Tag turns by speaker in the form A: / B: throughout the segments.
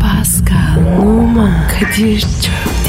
A: Pascal, Oman, Kadir çok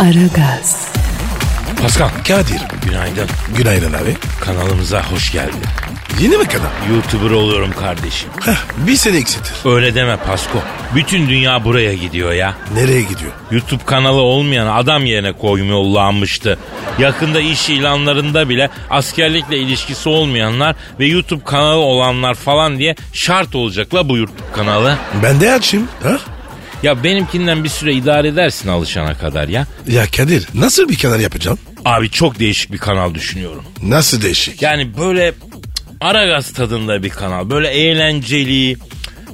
A: Aragaz,
B: Pascal.
C: Kadir.
B: Günaydın.
C: Günaydın abi.
B: Kanalımıza hoş geldin.
C: Yeni mi kadar?
B: YouTuber oluyorum kardeşim.
C: Heh, bir sene eksiltir.
B: Öyle deme Pasko. Bütün dünya buraya gidiyor ya.
C: Nereye gidiyor?
B: YouTube kanalı olmayan adam yerine koyum yollanmıştı. Yakında iş ilanlarında bile askerlikle ilişkisi olmayanlar ve YouTube kanalı olanlar falan diye şart olacak la bu YouTube kanalı.
C: Ben de açayım. Ha?
B: Ya benimkinden bir süre idare edersin alışana kadar ya.
C: Ya Kadir nasıl bir kanal yapacağım?
B: Abi çok değişik bir kanal düşünüyorum.
C: Nasıl değişik?
B: Yani böyle cık, Aragaz tadında bir kanal. Böyle eğlenceli,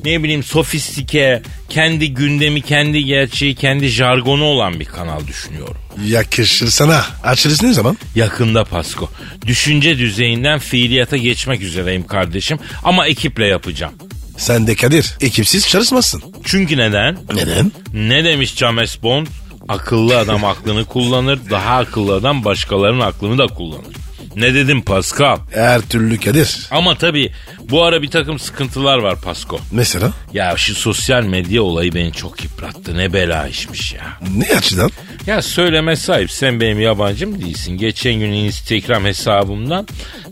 B: ne bileyim sofistike, kendi gündemi, kendi gerçeği, kendi jargonu olan bir kanal düşünüyorum.
C: Yakışır sana. Açılış ne zaman?
B: Yakında Pasko. Düşünce düzeyinden fiiliyata geçmek üzereyim kardeşim. Ama ekiple yapacağım.
C: Sen de Kadir. Ekipsiz çalışmazsın.
B: Çünkü neden?
C: Neden?
B: Ne demiş James Bond? Akıllı adam aklını kullanır, daha akıllı adam başkalarının aklını da kullanır. Ne dedim Pascal?
C: Her türlü Kadir.
B: Ama tabii bu ara bir takım sıkıntılar var Pasko.
C: Mesela?
B: Ya şu sosyal medya olayı beni çok yıprattı. Ne bela işmiş ya.
C: Ne açıdan?
B: Ya söyleme sahip sen benim yabancım değilsin. Geçen gün Instagram hesabımdan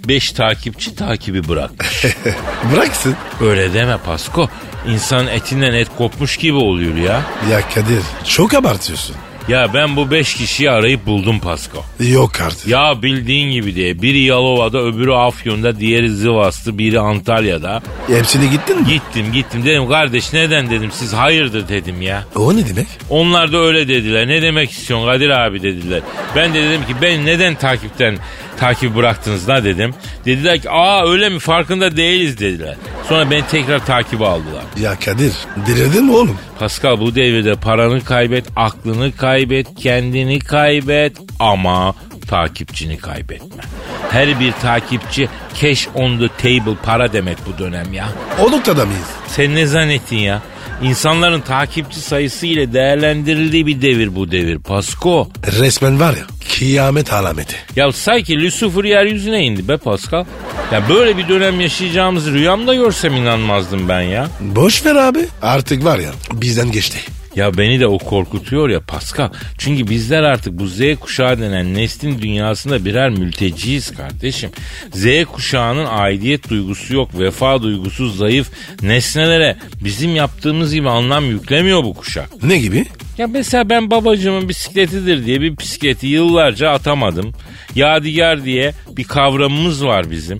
B: 5 takipçi takibi bırakmış.
C: Bıraksın.
B: Öyle deme Pasko. İnsanın etinden et kopmuş gibi oluyor ya.
C: Ya Kadir çok abartıyorsun.
B: Ya ben bu 5 kişiyi arayıp buldum Pasko.
C: Yok artık.
B: Ya bildiğin gibi diye biri Yalova'da öbürü Afyon'da diğeri Zivas'ta biri Antalya'da.
C: Hepsine gittin mi?
B: Gittim gittim dedim kardeş neden dedim siz hayırdır dedim ya.
C: O ne demek?
B: Onlar da öyle dediler. Ne demek istiyorsun Kadir abi dediler. Ben de dedim ki ben neden takipten takip bıraktınız la dedim. Dediler ki aa öyle mi farkında değiliz dediler. Sonra beni tekrar takibe aldılar.
C: Ya Kadir delirdin mi oğlum?
B: Pascal bu devirde paranı kaybet, aklını kaybet, kendini kaybet ama takipçini kaybetme. Her bir takipçi cash on the table para demek bu dönem ya.
C: O noktada mıyız?
B: Sen ne zannettin ya? İnsanların takipçi sayısı ile değerlendirildiği bir devir bu devir Pasko.
C: Resmen var ya kıyamet alameti.
B: Ya sanki Lucifer yeryüzüne indi be Pascal. Ya böyle bir dönem yaşayacağımızı rüyamda görsem inanmazdım ben ya.
C: Boş ver abi. Artık var ya bizden geçti.
B: Ya beni de o korkutuyor ya Pascal. Çünkü bizler artık bu Z kuşağı denen neslin dünyasında birer mülteciyiz kardeşim. Z kuşağının aidiyet duygusu yok, vefa duygusu zayıf. Nesnelere bizim yaptığımız gibi anlam yüklemiyor bu kuşak.
C: Ne gibi?
B: Ya mesela ben babacığımın bisikletidir diye bir bisikleti yıllarca atamadım. Yadigar diye bir kavramımız var bizim.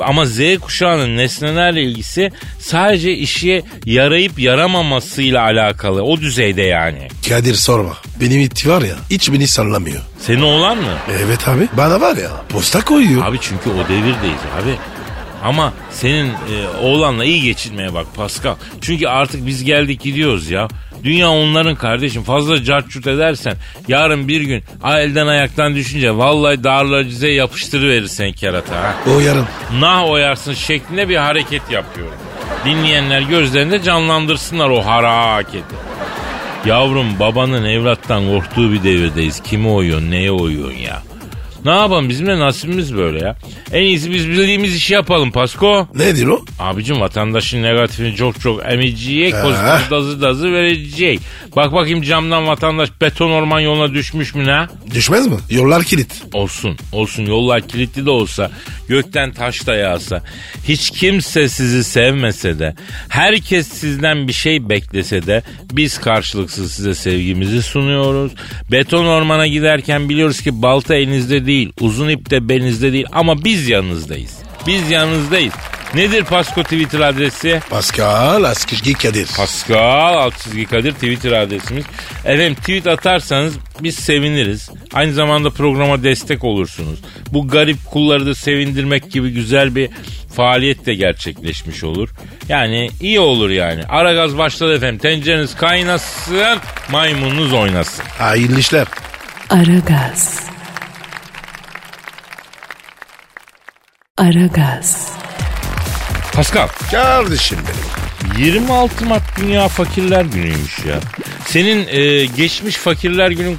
B: Ama Z kuşağının nesnelerle ilgisi sadece işe yarayıp yaramamasıyla alakalı. O düzeyde yani.
C: Kadir sorma. Benim iti var ya hiç beni sallamıyor.
B: Senin oğlan mı?
C: Evet abi. Bana var ya posta koyuyor.
B: Abi çünkü o devirdeyiz abi. Ama senin e, oğlanla iyi geçinmeye bak Pascal. Çünkü artık biz geldik gidiyoruz ya. Dünya onların kardeşim. Fazla cartçut edersen yarın bir gün a- elden ayaktan düşünce vallahi darlacize yapıştırıverir sen kerata. Ha.
C: O yarın.
B: Nah oyarsın şeklinde bir hareket yapıyorum. Dinleyenler gözlerinde canlandırsınlar o hareketi. Yavrum babanın evlattan korktuğu bir devirdeyiz. Kimi oyuyorsun neye oyuyorsun ya? Ne yapalım bizim de nasibimiz böyle ya. En iyisi biz bildiğimiz işi yapalım Pasko.
C: Nedir o?
B: Abicim vatandaşın negatifini çok çok emecek.
C: Ee?
B: Pozitif dazı dazı verecek. Bak bakayım camdan vatandaş beton orman yoluna düşmüş mü ne?
C: Düşmez mi? Yollar kilit.
B: Olsun, olsun. Yollar kilitli de olsa, gökten taş da yağsa, hiç kimse sizi sevmese de, herkes sizden bir şey beklese de biz karşılıksız size sevgimizi sunuyoruz. Beton ormana giderken biliyoruz ki balta elinizde değil, uzun ip de belinizde değil ama biz yanınızdayız. Biz yanınızdayız. Nedir Pasko Twitter adresi?
C: Pascal Askışgi Kadir.
B: Pascal alt çizgi Kadir Twitter adresimiz. Efendim tweet atarsanız biz seviniriz. Aynı zamanda programa destek olursunuz. Bu garip kulları da sevindirmek gibi güzel bir faaliyet de gerçekleşmiş olur. Yani iyi olur yani. Ara gaz başladı efendim. Tencereniz kaynasın, maymununuz oynasın.
C: Hayırlı işler.
A: Aragaz. Aragaz.
B: Pascal,
C: Kardeşim benim.
B: 26 Mart Dünya Fakirler Günü'ymüş ya. Senin e, geçmiş Fakirler Günün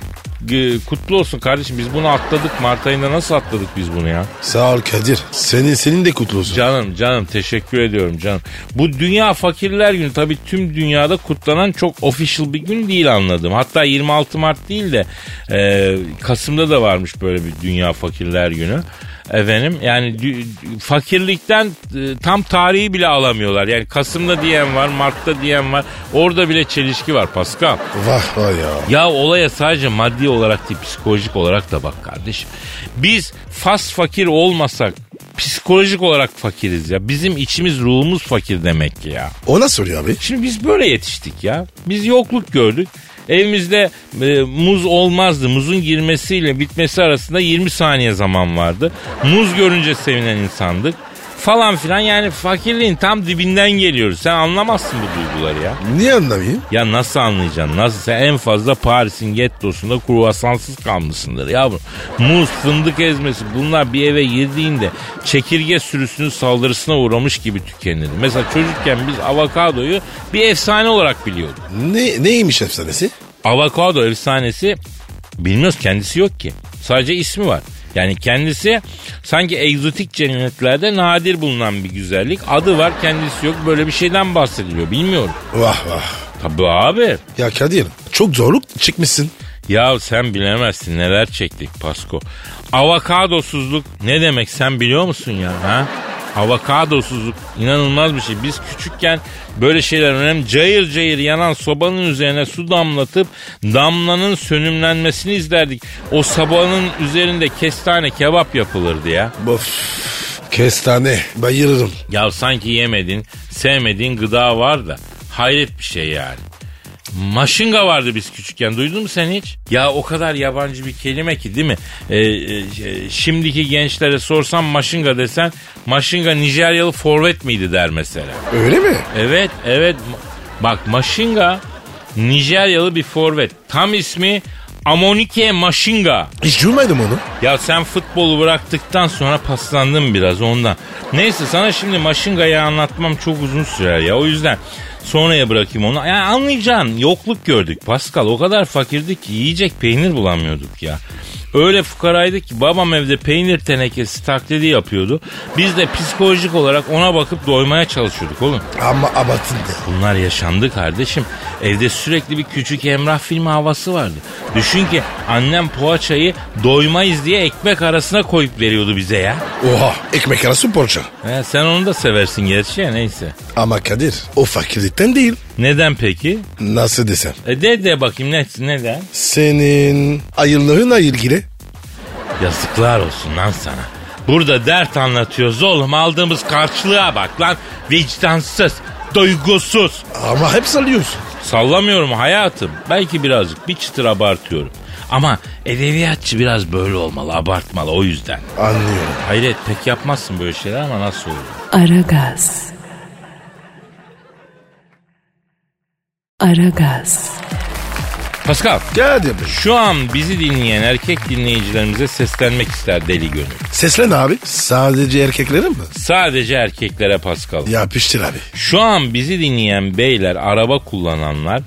B: e, kutlu olsun kardeşim. Biz bunu atladık. Mart ayında nasıl atladık biz bunu ya?
C: Sağ ol Kadir. Senin senin de kutlu olsun.
B: Canım canım teşekkür ediyorum canım. Bu Dünya Fakirler Günü tabii tüm dünyada kutlanan çok official bir gün değil anladım. Hatta 26 Mart değil de e, Kasım'da da varmış böyle bir Dünya Fakirler Günü. Efendim yani dü- dü- fakirlikten e, tam tarihi bile alamıyorlar. Yani Kasım'da diyen var, Mart'ta diyen var. Orada bile çelişki var Pascal.
C: Vah vah ya.
B: Ya olaya sadece maddi olarak değil psikolojik olarak da bak kardeşim. Biz fas fakir olmasak psikolojik olarak fakiriz ya. Bizim içimiz ruhumuz fakir demek ki ya.
C: Ona soruyor abi.
B: Şimdi biz böyle yetiştik ya. Biz yokluk gördük. Evimizde e, muz olmazdı. Muzun girmesiyle bitmesi arasında 20 saniye zaman vardı. Muz görünce sevinen insandık. Falan filan yani fakirliğin tam dibinden geliyoruz. Sen anlamazsın bu duyguları ya.
C: Niye anlamayayım?
B: Ya nasıl anlayacaksın? Nasıl? Sen en fazla Paris'in gettosunda kruvasansız kalmışsındır yavrum. Muz, fındık ezmesi bunlar bir eve girdiğinde çekirge sürüsünün saldırısına uğramış gibi tükenir. Mesela çocukken biz avokadoyu bir efsane olarak biliyorduk.
C: Ne, neymiş efsanesi?
B: Avokado efsanesi bilmiyoruz kendisi yok ki. Sadece ismi var. Yani kendisi sanki egzotik cennetlerde nadir bulunan bir güzellik. Adı var kendisi yok. Böyle bir şeyden bahsediliyor. Bilmiyorum.
C: Vah vah.
B: Tabii abi.
C: Ya Kadir çok zorluk çekmişsin.
B: Ya sen bilemezsin neler çektik Pasko. Avokadosuzluk ne demek sen biliyor musun ya? Ha? Avokadosuzluk inanılmaz bir şey. Biz küçükken böyle şeyler önemli. Cayır cayır yanan sobanın üzerine su damlatıp damlanın sönümlenmesini izlerdik. O sobanın üzerinde kestane kebap yapılırdı ya.
C: Of. Kestane. Bayılırım.
B: Ya sanki yemedin, sevmediğin gıda var da hayret bir şey yani. Maşınga vardı biz küçükken duydun mu sen hiç? Ya o kadar yabancı bir kelime ki değil mi? Ee, e, şimdiki gençlere sorsam maşınga desen maşınga Nijeryalı forvet miydi der mesela.
C: Öyle mi?
B: Evet evet Ma- bak maşınga Nijeryalı bir forvet. Tam ismi Amonike Maşinga.
C: Hiç duymadım onu.
B: Ya sen futbolu bıraktıktan sonra paslandın biraz ondan. Neyse sana şimdi Maşinga'yı anlatmam çok uzun sürer ya. O yüzden sonraya bırakayım onu. Yani anlayacaksın yokluk gördük Pascal. O kadar fakirdik ki yiyecek peynir bulamıyorduk ya. Öyle fukaraydık ki babam evde peynir tenekesi taklidi yapıyordu. Biz de psikolojik olarak ona bakıp doymaya çalışıyorduk oğlum.
C: Ama abartıldı.
B: Bunlar yaşandı kardeşim. Evde sürekli bir küçük Emrah filmi havası vardı. Düşün ki annem poğaçayı doymayız diye ekmek arasına koyup veriyordu bize ya.
C: Oha. Ekmek arası porça.
B: He, sen onu da seversin gerçi ya neyse.
C: Ama Kadir o fakirlikten değil.
B: Neden peki?
C: Nasıl desem.
B: E de de bakayım ne, neden?
C: Senin hayırlığın hayır gire.
B: Yazıklar olsun lan sana. Burada dert anlatıyoruz oğlum aldığımız karşılığa bak lan. Vicdansız, duygusuz.
C: Ama hep sallıyorsun.
B: Sallamıyorum hayatım. Belki birazcık bir çıtır abartıyorum. Ama edebiyatçı biraz böyle olmalı, abartmalı o yüzden.
C: Anlıyorum.
B: Hayret pek yapmazsın böyle şeyler ama nasıl olur?
A: Aragaz. Aragaz.
B: Pascal,
C: Kadir Bey.
B: şu an bizi dinleyen erkek dinleyicilerimize seslenmek ister deli gönül.
C: Seslen abi. Sadece erkeklerin mi?
B: Sadece erkeklere Pascal.
C: Ya piştir abi.
B: Şu an bizi dinleyen beyler, araba kullananlar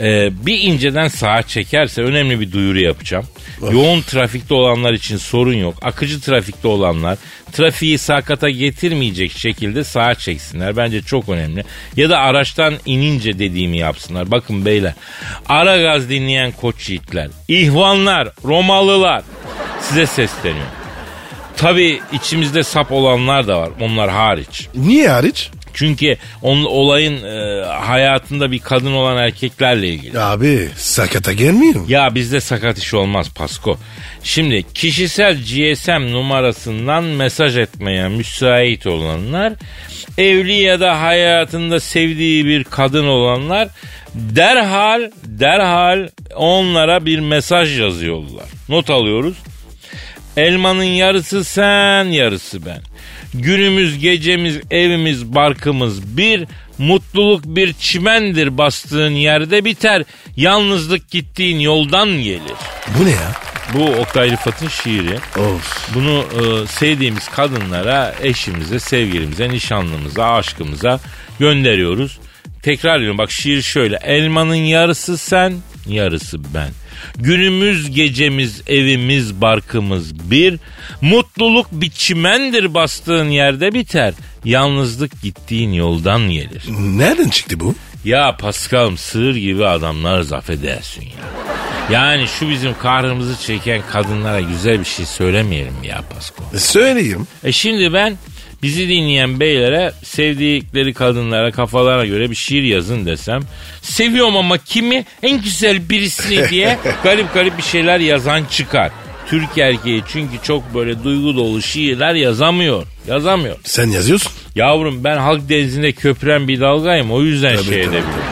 B: e, bir inceden sağa çekerse önemli bir duyuru yapacağım. Yoğun trafikte olanlar için sorun yok. Akıcı trafikte olanlar trafiği sakata getirmeyecek şekilde sağa çeksinler. Bence çok önemli. Ya da araçtan inince dediğimi yapsınlar. Bakın beyler, ara gaz dinleyen koç yiğitler, ihvanlar, Romalılar size sesleniyor. Tabii içimizde sap olanlar da var. Onlar hariç.
C: Niye hariç?
B: Çünkü onun olayın e, hayatında bir kadın olan erkeklerle ilgili.
C: Abi sakata gelmiyor.
B: Ya bizde sakat iş olmaz Pasko. Şimdi kişisel GSM numarasından mesaj etmeye müsait olanlar, evli ya da hayatında sevdiği bir kadın olanlar derhal derhal onlara bir mesaj yazıyorlar. Not alıyoruz. Elmanın yarısı sen yarısı ben. Günümüz, gecemiz, evimiz, barkımız bir. Mutluluk bir çimendir bastığın yerde biter. Yalnızlık gittiğin yoldan gelir.
C: Bu ne ya?
B: Bu Oktay Rıfat'ın şiiri.
C: Of.
B: Bunu e, sevdiğimiz kadınlara, eşimize, sevgilimize, nişanlımıza, aşkımıza gönderiyoruz. Tekrar ediyorum bak şiir şöyle. Elmanın yarısı sen, yarısı ben. Günümüz, gecemiz, evimiz, barkımız bir. Mutluluk bir çimendir bastığın yerde biter. Yalnızlık gittiğin yoldan gelir.
C: Nereden çıktı bu?
B: Ya Paskal'ım sığır gibi adamlarız affedersin ya. Yani şu bizim kahrımızı çeken kadınlara güzel bir şey söylemeyelim mi ya Pasko.
C: E, söyleyeyim.
B: E şimdi ben bizi dinleyen beylere sevdikleri kadınlara kafalarına göre bir şiir yazın desem. Seviyorum ama kimi en güzel birisini diye garip garip bir şeyler yazan çıkar. Türk erkeği çünkü çok böyle duygu dolu şiirler yazamıyor. Yazamıyor.
C: Sen yazıyorsun.
B: Yavrum ben halk denizinde köpüren bir dalgayım o yüzden
C: Tabii,
B: şey
C: tabii.
B: edemiyorum.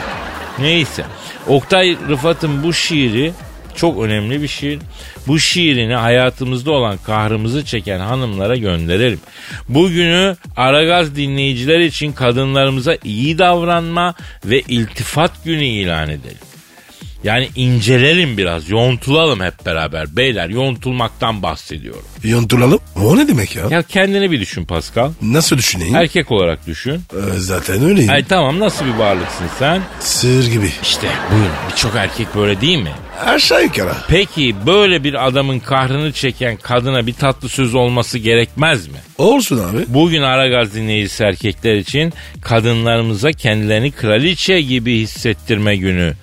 B: Neyse. Oktay Rıfat'ın bu şiiri çok önemli bir şiir. Bu şiirini hayatımızda olan kahrımızı çeken hanımlara gönderelim. Bugünü Aragaz dinleyiciler için kadınlarımıza iyi davranma ve iltifat günü ilan edelim. Yani incelelim biraz, yontulalım hep beraber. Beyler yontulmaktan bahsediyorum.
C: Yontulalım. O ne demek ya?
B: Ya kendini bir düşün Pascal.
C: Nasıl düşüneyim?
B: Erkek olarak düşün.
C: E, zaten öyleyim.
B: Ay tamam nasıl bir varlıksın sen?
C: Sığır gibi.
B: İşte buyurun birçok erkek böyle değil mi?
C: Aşağı yukarı.
B: Peki böyle bir adamın kahrını çeken kadına bir tatlı söz olması gerekmez mi?
C: Olsun abi.
B: Bugün Aragaz dinleyicisi erkekler için kadınlarımıza kendilerini kraliçe gibi hissettirme günü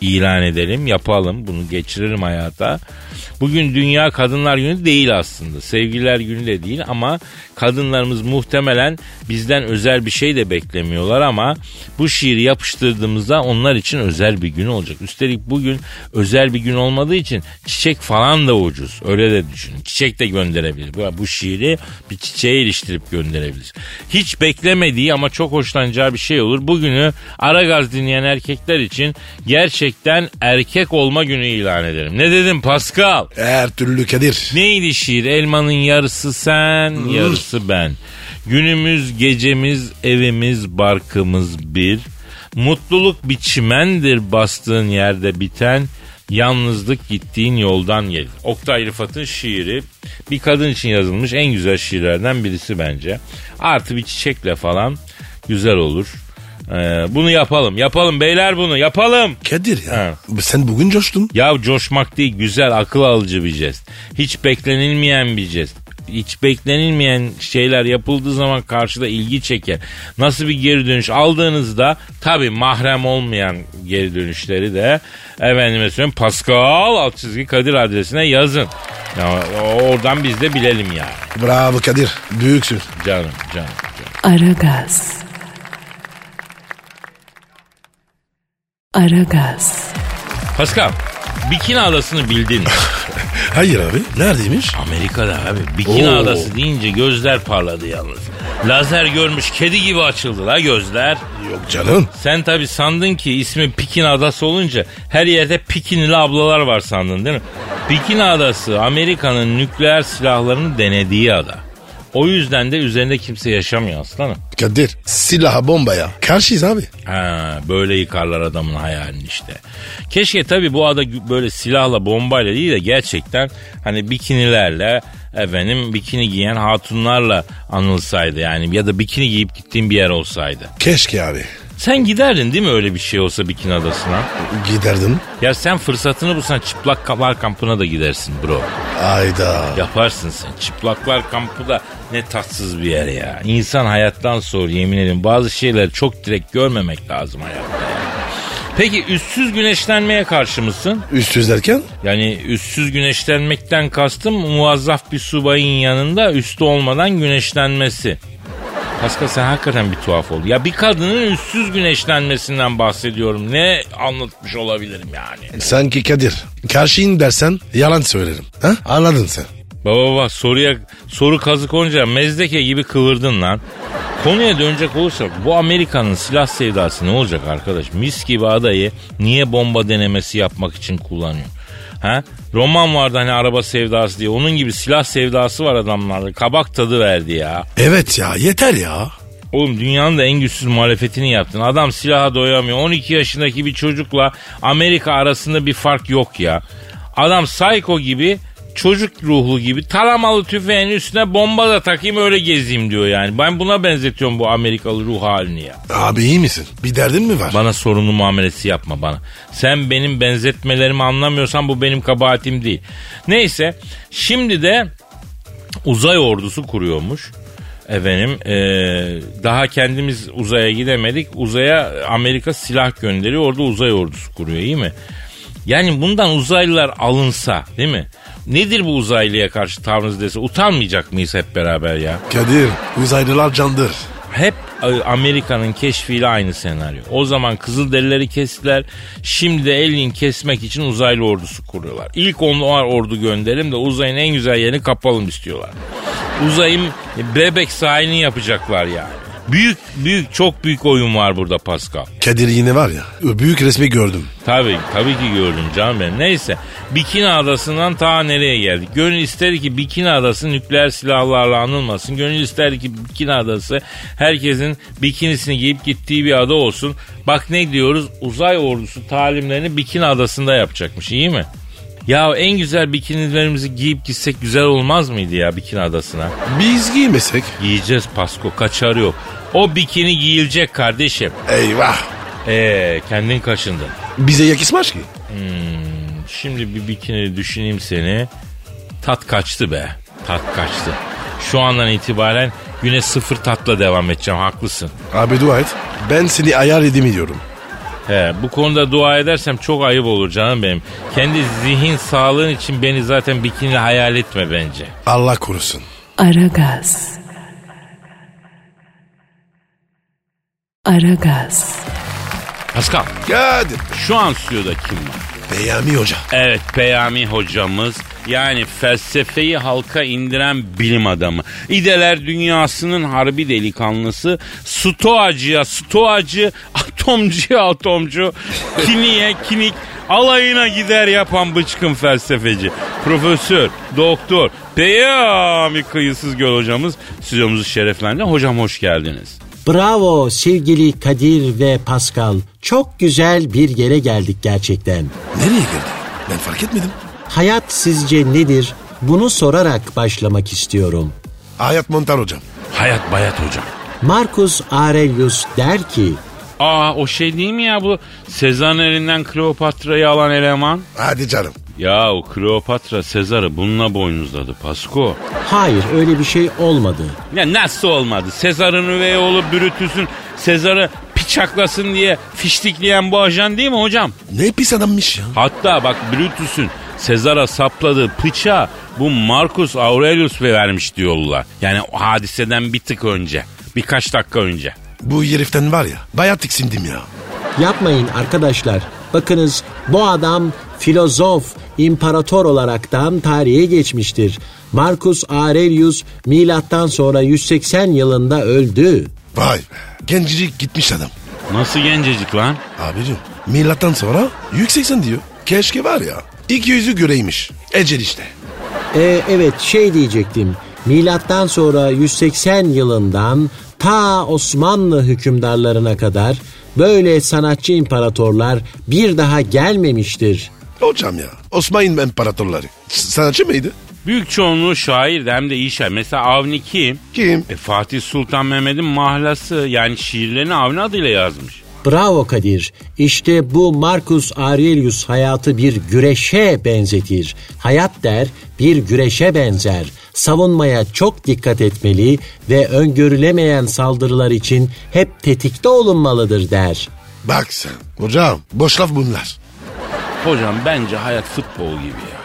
B: ilan edelim, yapalım, bunu geçirelim hayata. Bugün Dünya Kadınlar Günü değil aslında. Sevgililer Günü de değil ama kadınlarımız muhtemelen bizden özel bir şey de beklemiyorlar ama bu şiiri yapıştırdığımızda onlar için özel bir gün olacak. Üstelik bugün özel bir gün olmadığı için çiçek falan da ucuz. Öyle de düşünün. Çiçek de gönderebilir. Bu, bu şiiri bir çiçeğe iliştirip gönderebilir. Hiç beklemediği ama çok hoşlanacağı bir şey olur. Bugünü Aragaz dinleyen erkekler için gerçekten erkek olma günü ilan ederim. Ne dedim Pascal?
C: Her türlü Kadir.
B: Neydi şiir? Elmanın yarısı sen, yarısı ben. Günümüz, gecemiz, evimiz, barkımız bir. Mutluluk bir çimendir bastığın yerde biten. Yalnızlık gittiğin yoldan gelir. Oktay Rıfat'ın şiiri bir kadın için yazılmış en güzel şiirlerden birisi bence. Artı bir çiçekle falan güzel olur. Ee, bunu yapalım. Yapalım beyler bunu yapalım.
C: Kadir ya.
B: Ha.
C: Sen bugün coştun.
B: Ya coşmak değil güzel akıl alıcı bir jest. Hiç beklenilmeyen bir jest. Hiç beklenilmeyen şeyler yapıldığı zaman karşıda ilgi çeker. Nasıl bir geri dönüş aldığınızda tabi mahrem olmayan geri dönüşleri de efendime söyleyeyim Pascal alt çizgi Kadir adresine yazın. Ya, oradan biz de bilelim ya.
C: Bravo Kadir. Büyüksün.
B: Canım canım. canım.
A: Aragaz. Aragaz.
B: Pascal Bikini Adası'nı bildin. mi?
C: Hayır abi. Neredeymiş?
B: Amerika'da abi Bikini
C: Oo.
B: Adası deyince gözler parladı yalnız. Lazer görmüş kedi gibi açıldı la gözler.
C: Yok canım.
B: Sen tabi sandın ki ismi Bikini Adası olunca her yerde Bikinili ablalar var sandın değil mi? Bikini Adası Amerika'nın nükleer silahlarını denediği ada. O yüzden de üzerinde kimse yaşamıyor aslanım.
C: Kadir. Silaha bombaya. Karşıyız abi.
B: Ha, böyle yıkarlar adamın hayalini işte. Keşke tabii bu ada gü- böyle silahla bombayla değil de gerçekten hani bikinilerle efendim bikini giyen hatunlarla anılsaydı yani ya da bikini giyip gittiğim bir yer olsaydı.
C: Keşke abi.
B: Sen giderdin değil mi öyle bir şey olsa bikini adasına?
C: Giderdim.
B: Ya sen fırsatını bulsan çıplaklar kampına da gidersin bro.
C: Ayda.
B: Yaparsın sen. Çıplaklar kampı da ne tatsız bir yer ya. İnsan hayattan sonra yemin ederim bazı şeyleri çok direkt görmemek lazım hayatta. ya. Peki üstsüz güneşlenmeye karşı mısın?
C: Üstsüz derken?
B: Yani üstsüz güneşlenmekten kastım muvazzaf bir subayın yanında üstü olmadan güneşlenmesi. Pascal sen hakikaten bir tuhaf oldu. Ya bir kadının üstsüz güneşlenmesinden bahsediyorum. Ne anlatmış olabilirim yani?
C: Sanki Kadir. Karşıyım dersen yalan söylerim. Ha? Anladın sen.
B: Baba baba soruya soru kazık olunca mezdeke gibi kıvırdın lan. Konuya dönecek olursak bu Amerika'nın silah sevdası ne olacak arkadaş? Mis gibi adayı niye bomba denemesi yapmak için kullanıyor? Ha? Roman vardı hani araba sevdası diye. Onun gibi silah sevdası var adamlarda. Kabak tadı verdi ya.
C: Evet ya yeter ya.
B: Oğlum dünyanın da en güçsüz muhalefetini yaptın. Adam silaha doyamıyor. 12 yaşındaki bir çocukla Amerika arasında bir fark yok ya. Adam psycho gibi çocuk ruhlu gibi taramalı tüfeğin üstüne bomba da takayım öyle gezeyim diyor yani. Ben buna benzetiyorum bu Amerikalı ruh halini ya.
C: Abi iyi misin? Bir derdin mi var?
B: Bana sorunlu muamelesi yapma bana. Sen benim benzetmelerimi anlamıyorsan bu benim kabahatim değil. Neyse şimdi de uzay ordusu kuruyormuş. Efendim eee, daha kendimiz uzaya gidemedik. Uzaya Amerika silah gönderiyor orada uzay ordusu kuruyor iyi mi? Yani bundan uzaylılar alınsa değil mi? Nedir bu uzaylıya karşı tavrınız dese utanmayacak mıyız hep beraber ya?
C: Kadir uzaylılar candır.
B: Hep e, Amerika'nın keşfiyle aynı senaryo. O zaman Kızılderilileri kestiler. Şimdi de elini kesmek için uzaylı ordusu kuruyorlar. İlk onlar ordu gönderelim de uzayın en güzel yerini kapalım istiyorlar. Uzayın e, bebek sahilini yapacaklar yani. Büyük büyük çok büyük oyun var burada Pascal.
C: Kadir yine var ya büyük resmi gördüm.
B: Tabii tabii ki gördüm canım benim. Neyse Bikini Adası'ndan ta nereye geldik? Gönül ister ki Bikini Adası nükleer silahlarla anılmasın. Gönül ister ki Bikini Adası herkesin bikinisini giyip gittiği bir ada olsun. Bak ne diyoruz uzay ordusu talimlerini Bikini Adası'nda yapacakmış iyi mi? Ya en güzel bikinilerimizi giyip gitsek güzel olmaz mıydı ya Bikini Adası'na?
C: Biz giymesek.
B: Giyeceğiz Pasko kaçar yok. O bikini giyilecek kardeşim.
C: Eyvah.
B: Eee kendin kaşındın.
C: Bize yakışmaz ki.
B: Şimdi bir bikini düşüneyim seni. Tat kaçtı be. Tat kaçtı. Şu andan itibaren güne sıfır tatla devam edeceğim. Haklısın.
C: Abi dua et. Ben seni ayar edemiyorum.
B: He, bu konuda dua edersem çok ayıp olur canım benim. Kendi zihin sağlığın için beni zaten bikini hayal etme bence.
C: Allah korusun.
A: Aragaz. Aragaz.
B: Pascal
C: Kadir.
B: şu an stüdyoda kim var?
C: Beyami Hoca.
D: Evet Peyami hocamız yani felsefeyi halka indiren bilim adamı. İdeler dünyasının harbi delikanlısı. Stoacıya stoacı, atomcuya atomcu, kiniye kinik, alayına gider yapan bıçkın felsefeci. Profesör, doktor, Peyami Kıyısız Göl hocamız stüdyomuzu şereflendi. Hocam hoş geldiniz.
E: Bravo sevgili Kadir ve Pascal. Çok güzel bir yere geldik gerçekten.
C: Nereye girdi? Ben fark etmedim.
E: Hayat sizce nedir? Bunu sorarak başlamak istiyorum.
C: Hayat Montar Hocam.
D: Hayat bayat hocam.
E: Marcus Aurelius der ki,
D: Aa o şey değil mi ya bu Sezar'ın elinden Kleopatra'yı alan eleman?
C: Hadi canım.
D: Ya o Kleopatra Sezar'ı bununla boynuzladı Pasko.
E: hayır öyle bir şey olmadı.
D: Ya nasıl olmadı? Sezar'ın üvey oğlu Brutus'un Sezar'ı bıçaklasın diye fiştikleyen bu ajan değil mi hocam?
C: Ne pis adammış ya.
D: Hatta bak Brutus'un Sezar'a sapladığı bıçağı bu Marcus Aurelius vermiş diyorlar. Yani o hadiseden bir tık önce. Birkaç dakika önce.
C: Bu heriften var ya. Bayağı tiksindim ya.
E: Yapmayın arkadaşlar. Bakınız bu adam filozof, imparator olaraktan tarihe geçmiştir. Marcus Aurelius milattan sonra 180 yılında öldü.
C: Vay be. Gencecik gitmiş adam.
D: Nasıl gencecik lan?
C: Abicim milattan sonra yükseksin diyor. Keşke var ya. İki yüzü göreymiş. Ecel işte.
E: Ee, evet şey diyecektim. Milattan sonra 180 yılından ta Osmanlı hükümdarlarına kadar böyle sanatçı imparatorlar bir daha gelmemiştir.
C: Hocam ya. Osmanlı imparatorları. S- Sanatçı mıydı?
D: Büyük çoğunluğu şairdi hem de iyi şair. Mesela Avni kim?
C: Kim?
D: E, Fatih Sultan Mehmet'in mahlası yani şiirlerini Avni adıyla yazmış.
E: Bravo Kadir. İşte bu Marcus Aurelius hayatı bir güreşe benzetir. Hayat der bir güreşe benzer. Savunmaya çok dikkat etmeli ve öngörülemeyen saldırılar için hep tetikte olunmalıdır der.
C: Bak sen. Hocam boş laf bunlar.
D: Hocam bence hayat futbol gibi ya.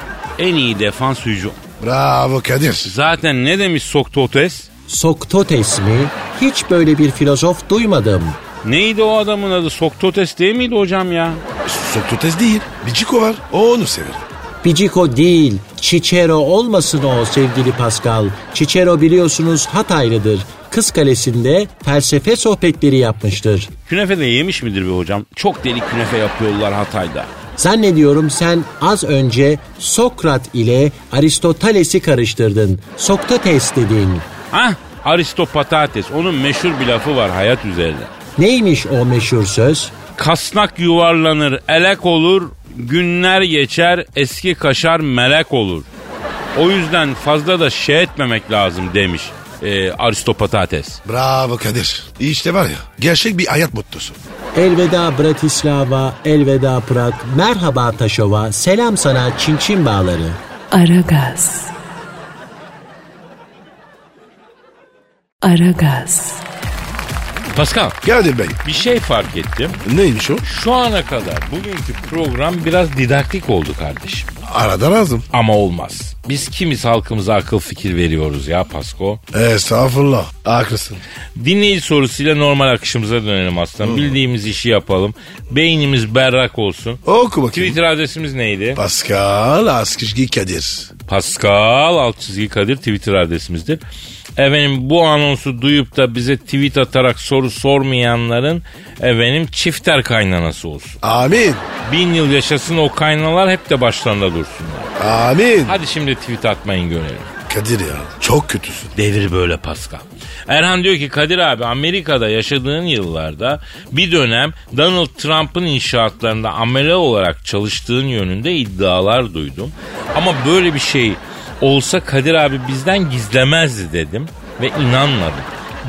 D: En iyi defans hücum.
C: Bravo Kadir.
D: Zaten ne demiş Soktotes?
E: Soktotes mi? Hiç böyle bir filozof duymadım.
D: Neydi o adamın adı? Soktotes değil miydi hocam ya?
C: Sokrates değil. Bir Ciko var. O onu sever.
E: Biciko değil, Çiçero olmasın o sevgili Pascal. Çiçero biliyorsunuz Hataylıdır. Kız Kalesi'nde felsefe sohbetleri yapmıştır.
D: Künefe de yemiş midir be hocam? Çok deli künefe yapıyorlar Hatay'da.
E: Zannediyorum sen az önce Sokrat ile Aristoteles'i karıştırdın. Sokrates dedin.
B: Hah Aristopatates onun meşhur bir lafı var hayat üzerinde.
E: Neymiş o meşhur söz?
B: Kasnak yuvarlanır, elek olur, günler geçer, eski kaşar melek olur. O yüzden fazla da şey etmemek lazım demiş e, Aristopatates.
C: Bravo Kadir. İşte var ya gerçek bir hayat mutlusu.
E: Elveda Bratislava, elveda Prag, merhaba Taşova, selam sana Çinçin bağları.
A: Aragaz. Aragaz.
B: Pascal
C: Kadir Bey
B: bir şey fark ettim.
C: neymiş o?
B: Şu ana kadar bugünkü program biraz didaktik oldu kardeşim.
C: Arada lazım.
B: Ama olmaz. Biz kimiz halkımıza akıl fikir veriyoruz ya Pasko.
C: Estağfurullah. Haklısın.
B: Dinleyici sorusuyla normal akışımıza dönelim aslan. Bildiğimiz işi yapalım. Beynimiz berrak olsun.
C: Oku bakayım.
B: Twitter adresimiz neydi?
C: Pascal Askışgi Kadir.
B: Pascal alt çizgi Kadir Twitter adresimizdir. Efendim bu anonsu duyup da bize tweet atarak soru sormayanların efendim çifter kaynanası olsun.
C: Amin.
B: Bin yıl yaşasın o kaynalar hep de başlarında dursunlar.
C: Amin.
B: Hadi şimdi tweet atmayın görelim.
C: Kadir ya çok kötüsün.
B: Devir böyle Pascal. Erhan diyor ki Kadir abi Amerika'da yaşadığın yıllarda bir dönem Donald Trump'ın inşaatlarında amele olarak çalıştığın yönünde iddialar duydum. Ama böyle bir şey olsa Kadir abi bizden gizlemezdi dedim ve inanmadım.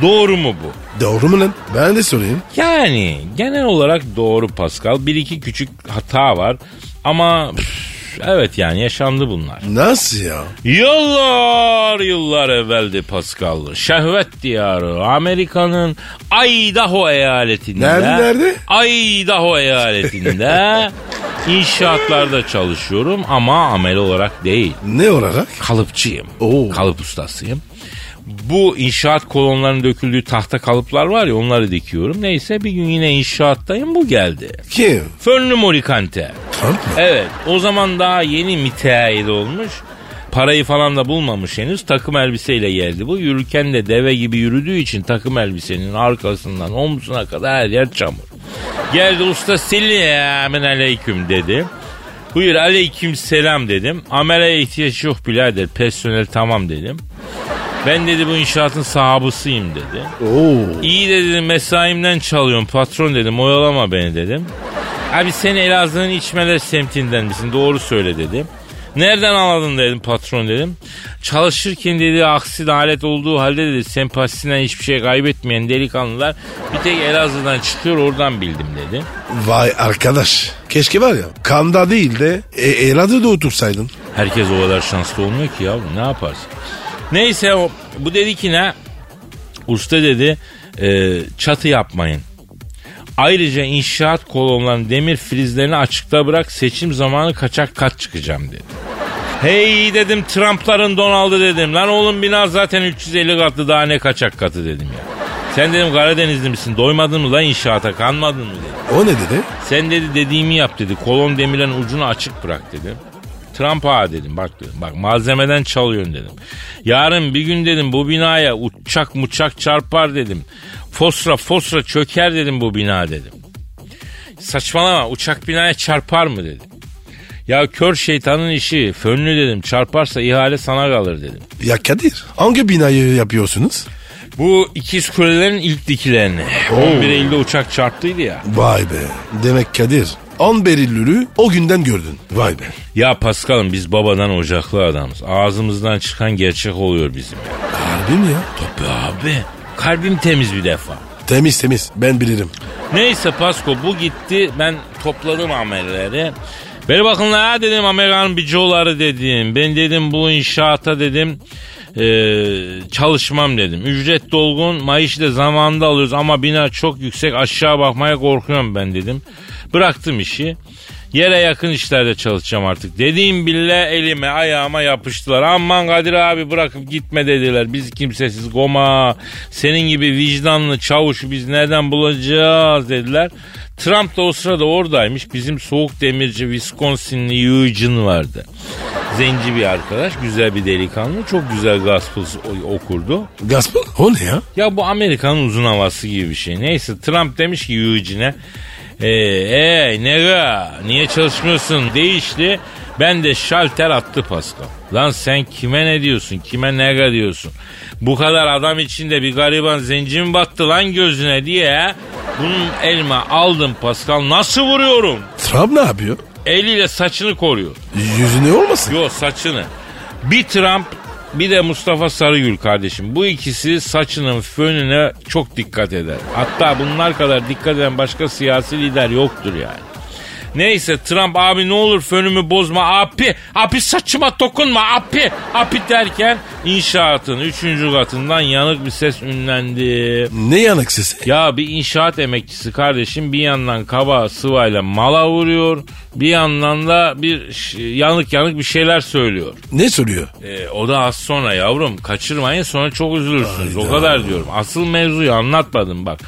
B: Doğru mu bu?
C: Doğru mu lan? Ben de sorayım.
B: Yani genel olarak doğru Pascal. Bir iki küçük hata var ama üf, evet yani yaşandı bunlar.
C: Nasıl ya?
B: Yıllar yıllar evveldi Pascal. Şehvet diyarı Amerika'nın Idaho eyaletinde.
C: Nerede, nerede?
B: Idaho eyaletinde inşaatlarda çalışıyorum ama amel olarak değil.
C: Ne olarak?
B: Kalıpçıyım.
C: Oo.
B: Kalıp ustasıyım. Bu inşaat kolonlarının döküldüğü tahta kalıplar var ya onları dikiyorum. Neyse bir gün yine inşaattayım bu geldi.
C: Kim?
B: Fönlü Morikante.
C: Trump mı?
B: Evet o zaman daha yeni müteahhit olmuş. Parayı falan da bulmamış henüz. Takım elbiseyle geldi bu. Yürürken de deve gibi yürüdüğü için takım elbisenin arkasından omzuna kadar her yer çamur. Geldi usta selamun aleyküm dedi. Buyur aleyküm selam dedim. Amele ihtiyaç yok birader personel tamam dedim. Ben dedi bu inşaatın sahabısıyım dedi.
C: Oo.
B: İyi de dedim mesaimden çalıyorum patron dedim oyalama beni dedim. Abi sen Elazığ'ın içmeler semtinden misin doğru söyle dedim. Nereden anladın dedim patron dedim. Çalışırken dedi aksi de alet olduğu halde dedi sempatisinden hiçbir şey kaybetmeyen delikanlılar bir tek Elazığ'dan çıkıyor oradan bildim dedi.
C: Vay arkadaş. Keşke var ya Kanda değil de e, Eladı'da otursaydın.
B: Herkes o kadar şanslı olmuyor ki ya ne yaparsın. Neyse o, bu dedi ki ne? Usta dedi e, çatı yapmayın. Ayrıca inşaat kolonlarının demir frizlerini açıkta bırak seçim zamanı kaçak kat çıkacağım dedi. Hey dedim Trump'ların Donald'ı dedim. Lan oğlum bina zaten 350 katlı daha ne kaçak katı dedim ya. Sen dedim Karadenizli misin doymadın mı lan inşaata kanmadın mı dedim.
C: O ne dedi?
B: Sen dedi dediğimi yap dedi. Kolon demiren ucunu açık bırak dedim. Trump ağa dedim bak dedim bak malzemeden çalıyorsun dedim. Yarın bir gün dedim bu binaya uçak muçak çarpar dedim. Fosra fosra çöker dedim bu bina dedim. Saçmalama uçak binaya çarpar mı dedim. Ya kör şeytanın işi fönlü dedim çarparsa ihale sana kalır dedim.
C: Ya Kadir hangi binayı yapıyorsunuz?
B: Bu ikiz kulelerin ilk dikilerini. 11 Eylül'de uçak çarptıydı ya.
C: Vay be. Demek Kadir 11 Eylül'ü o günden gördün. Vay be.
B: Ya Paskal'ım biz babadan ocaklı adamız. Ağzımızdan çıkan gerçek oluyor bizim. ya.
C: Harbi mi ya?
B: Tabii abi. Kalbim temiz bir defa.
C: Temiz temiz ben bilirim.
B: Neyse Pasko bu gitti. Ben topladım amelleri. Beni bakın la dedim Amerikan bicoları dedim. Ben dedim bu inşaata dedim eee, çalışmam dedim. Ücret dolgun maaşı da zamanında alıyoruz ama bina çok yüksek aşağı bakmaya korkuyorum ben dedim. Bıraktım işi. Yere yakın işlerde çalışacağım artık. Dediğim bile elime ayağıma yapıştılar. Aman Kadir abi bırakıp gitme dediler. Biz kimsesiz goma. Senin gibi vicdanlı çavuşu biz nereden bulacağız dediler. Trump da o sırada oradaymış. Bizim soğuk demirci Wisconsin'li Eugene vardı. Zenci bir arkadaş. Güzel bir delikanlı. Çok güzel gospel okurdu.
C: Gaspol o ne ya?
B: Ya bu Amerika'nın uzun havası gibi bir şey. Neyse Trump demiş ki Eugene'e Ee, ee nega niye çalışmıyorsun değişti. Ben de şalter attı Pascal. Lan sen kime ne diyorsun? Kime nega diyorsun? Bu kadar adam içinde bir gariban zenci mi battı lan gözüne diye bunun elime aldım Pascal. Nasıl vuruyorum?
C: Trump ne yapıyor?
B: Eliyle saçını koruyor.
C: Yüzüne olmasın?
B: Yo saçını. Bir Trump bir de Mustafa Sarıgül kardeşim. Bu ikisi saçının fönüne çok dikkat eder. Hatta bunlar kadar dikkat eden başka siyasi lider yoktur yani. Neyse Trump abi ne olur fönümü bozma api. Api saçıma dokunma api. Api derken inşaatın 3. katından yanık bir ses ünlendi.
C: Ne yanık sesi?
B: Ya bir inşaat emekçisi kardeşim bir yandan kaba sıvayla mala vuruyor. Bir yandan da bir ş- yanık yanık bir şeyler söylüyor.
C: Ne söylüyor?
B: E, o da az sonra yavrum kaçırmayın sonra çok üzülürsünüz. O kadar diyorum. Asıl mevzuyu anlatmadım bak.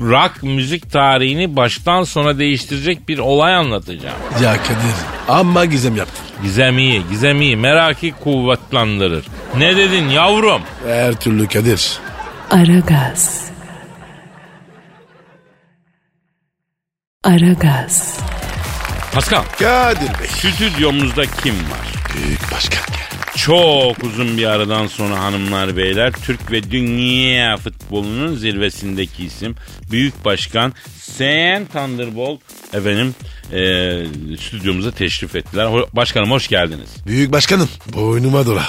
B: Rock müzik tarihini baştan sona değiştirecek bir olay anlatacağım.
C: Ya Kadir amma gizem yaptın.
B: Gizem iyi, gizem iyi. Meraki kuvvetlandırır. Ne dedin yavrum?
C: Her türlü Kadir.
A: Aragaz. Aragaz.
B: Pascal,
C: Kadir Bey.
D: Stüdyomuzda kim var?
C: Büyük başkan gel.
D: Çok uzun bir aradan sonra hanımlar beyler Türk ve dünya futbolunun zirvesindeki isim Büyük Başkan Sen Thunderbolt efendim e, stüdyomuza teşrif ettiler. Ho- Başkanım hoş geldiniz.
C: Büyük başkanım. Boynuma dola.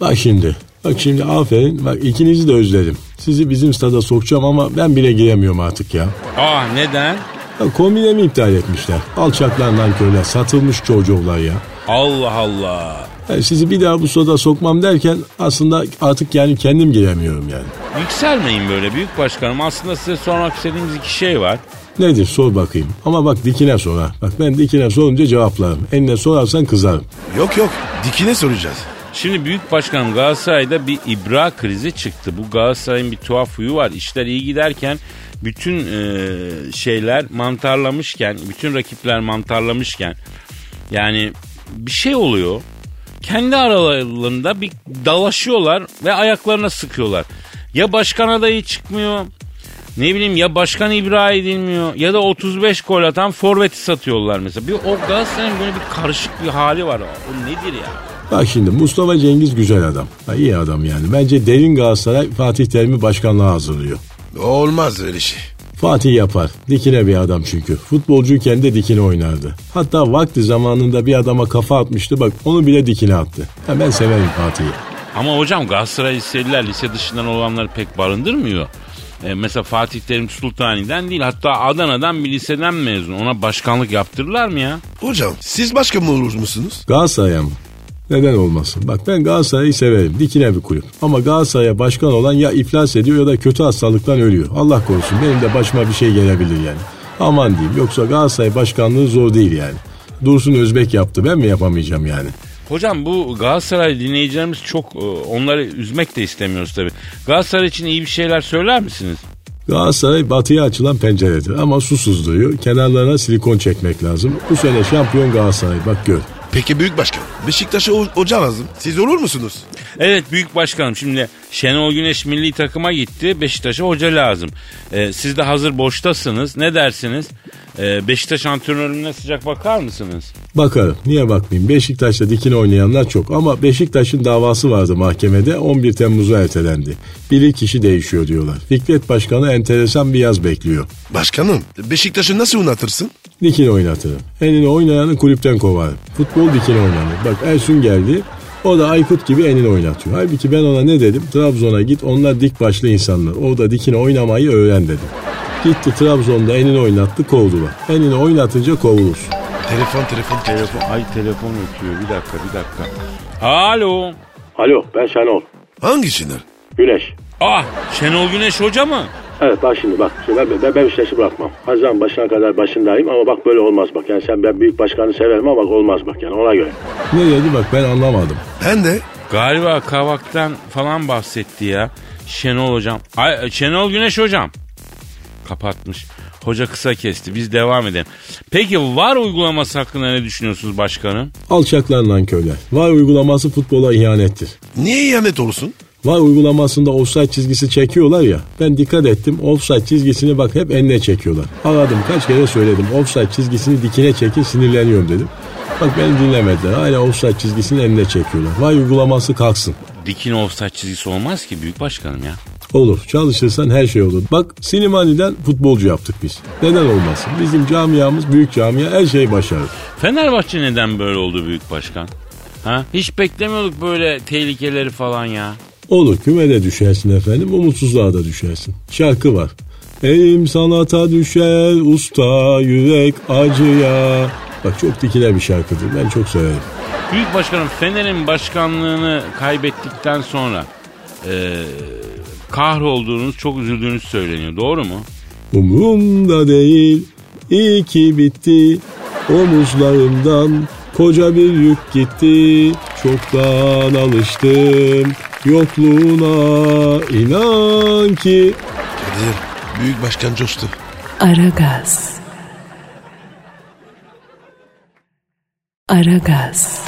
F: Bak şimdi. Bak şimdi aferin. Bak ikinizi de özledim. Sizi bizim stada sokacağım ama ben bile giremiyorum artık ya.
D: Ah neden?
F: ya kombinemi iptal etmişler. Alçaklar nankörler. Satılmış çocuklar ya.
D: Allah Allah.
F: Yani sizi bir daha bu stada sokmam derken aslında artık yani kendim giremiyorum yani.
D: Yükselmeyin böyle büyük başkanım. Aslında size sormak istediğimiz iki şey var.
F: Nedir sor bakayım. Ama bak dikine sor ha. Bak ben dikine sorunca cevaplarım. Enine sorarsan kızarım.
C: Yok yok. Dikine soracağız.
D: Şimdi büyük başkanım Galatasaray'da bir ibra krizi çıktı. Bu Galatasaray'ın bir tuhaf huyu var. İşler iyi giderken bütün e, şeyler mantarlamışken, bütün rakipler mantarlamışken yani bir şey oluyor. Kendi aralarında bir dalaşıyorlar ve ayaklarına sıkıyorlar. Ya başkan adayı çıkmıyor. Ne bileyim ya başkan ibra edilmiyor ya da 35 gol atan forveti satıyorlar mesela. Bir o Galatasaray'ın böyle bir karışık bir hali var. O nedir ya?
F: Bak şimdi Mustafa Cengiz güzel adam. Ha, iyi adam yani. Bence derin Galatasaray Fatih Terim'i başkanlığa hazırlıyor.
C: Olmaz öyle şey.
F: Fatih yapar. Dikine bir adam çünkü. Futbolcuyken de dikine oynardı. Hatta vakti zamanında bir adama kafa atmıştı. Bak onu bile dikine attı. Ha, ben severim Fatih'i.
D: Ama hocam Galatasaray liseliler lise dışından olanları pek barındırmıyor. E, mesela Fatih Terim Sultani'den değil hatta Adana'dan bir liseden mezun. Ona başkanlık yaptırırlar mı ya?
C: Hocam siz başkan mı olur musunuz?
F: Galatasaray'a mı? Neden olmasın? Bak ben Galatasaray'ı severim. Dikine bir kulüp. Ama Galatasaray'a başkan olan ya iflas ediyor ya da kötü hastalıktan ölüyor. Allah korusun benim de başıma bir şey gelebilir yani. Aman diyeyim yoksa Galatasaray başkanlığı zor değil yani. Dursun Özbek yaptı ben mi yapamayacağım yani?
D: Hocam bu Galatasaray dinleyicilerimiz çok e, onları üzmek de istemiyoruz tabii. Galatasaray için iyi bir şeyler söyler misiniz?
F: Galatasaray batıya açılan penceredir ama susuz duruyor. Kenarlarına silikon çekmek lazım. Bu sene şampiyon Galatasaray bak gör.
C: Peki büyük başkan. Beşiktaş'a ho- hoca lazım. Siz olur musunuz?
D: Evet büyük başkanım şimdi Şenol Güneş milli takıma gitti. Beşiktaş'a hoca lazım. E, siz de hazır boştasınız. Ne dersiniz? E, Beşiktaş antrenörüne sıcak bakar mısınız?
F: Bakarım. Niye bakmayayım? Beşiktaş'ta dikine oynayanlar çok ama Beşiktaş'ın davası vardı mahkemede 11 Temmuz'a ertelendi. Biri kişi değişiyor diyorlar. Fikret Başkanı enteresan bir yaz bekliyor.
C: Başkanım Beşiktaş'ı nasıl unatırsın?
F: Dikine oynatırım. Elini oynayanı kulüpten kovarım. Futbol dikine oynanır. Bak Ersun geldi. O da Aykut gibi elini oynatıyor. Halbuki ben ona ne dedim? Trabzon'a git onlar dik başlı insanlar. Orada dikine oynamayı öğren dedim. Gitti Trabzon'da elini oynattı kovdular. Elini oynatınca kovulursun.
C: Telefon telefon telefon.
D: Ay telefon ötüyor bir dakika bir dakika. Alo.
G: Alo ben Şenol.
C: Hangi Şener?
G: Güneş.
D: Ah Şenol Güneş hoca mı?
G: Evet bak şimdi bak. Şimdi ben, ben, ben Beşiktaş'ı bırakmam. Hazan başına kadar başındayım ama bak böyle olmaz bak. Yani sen ben büyük başkanı severim ama bak olmaz bak yani ona göre.
F: Ne dedi bak ben anlamadım.
C: Ben de.
D: Galiba Kavak'tan falan bahsetti ya. Şenol hocam. Ay, Şenol Güneş hocam. Kapatmış. Hoca kısa kesti. Biz devam edelim. Peki var uygulaması hakkında ne düşünüyorsunuz başkanım?
F: Alçaklar nankörler. Var uygulaması futbola ihanettir.
C: Niye ihanet olsun?
F: Var uygulamasında offside çizgisi çekiyorlar ya. Ben dikkat ettim. Offside çizgisini bak hep enine çekiyorlar. Aradım kaç kere söyledim. Offside çizgisini dikine çekin sinirleniyorum dedim. Bak beni dinlemediler. Hala offside çizgisini enine çekiyorlar. Vay uygulaması kalksın.
D: Dikin offside çizgisi olmaz ki büyük başkanım ya.
F: Olur. Çalışırsan her şey olur. Bak Sinimani'den futbolcu yaptık biz. Neden olmasın? Bizim camiamız büyük camia her şey başarır.
D: Fenerbahçe neden böyle oldu büyük başkan? Ha? Hiç beklemiyorduk böyle tehlikeleri falan ya.
F: Olur kümede düşersin efendim, umutsuzluğa da düşersin. Şarkı var. Elim sanata düşer usta yürek acıya. Bak çok dikine bir şarkıdır. Ben çok severim.
D: Büyük başkanım Fener'in başkanlığını kaybettikten sonra e, kahrolduğunuz, çok üzüldüğünüz söyleniyor. Doğru mu?
F: Umrumda değil, iyi ki bitti. Omuzlarımdan koca bir yük gitti. Çoktan alıştım yokluğuna inan ki.
C: Kadir, büyük başkan coştu.
A: Aragaz. Aragaz.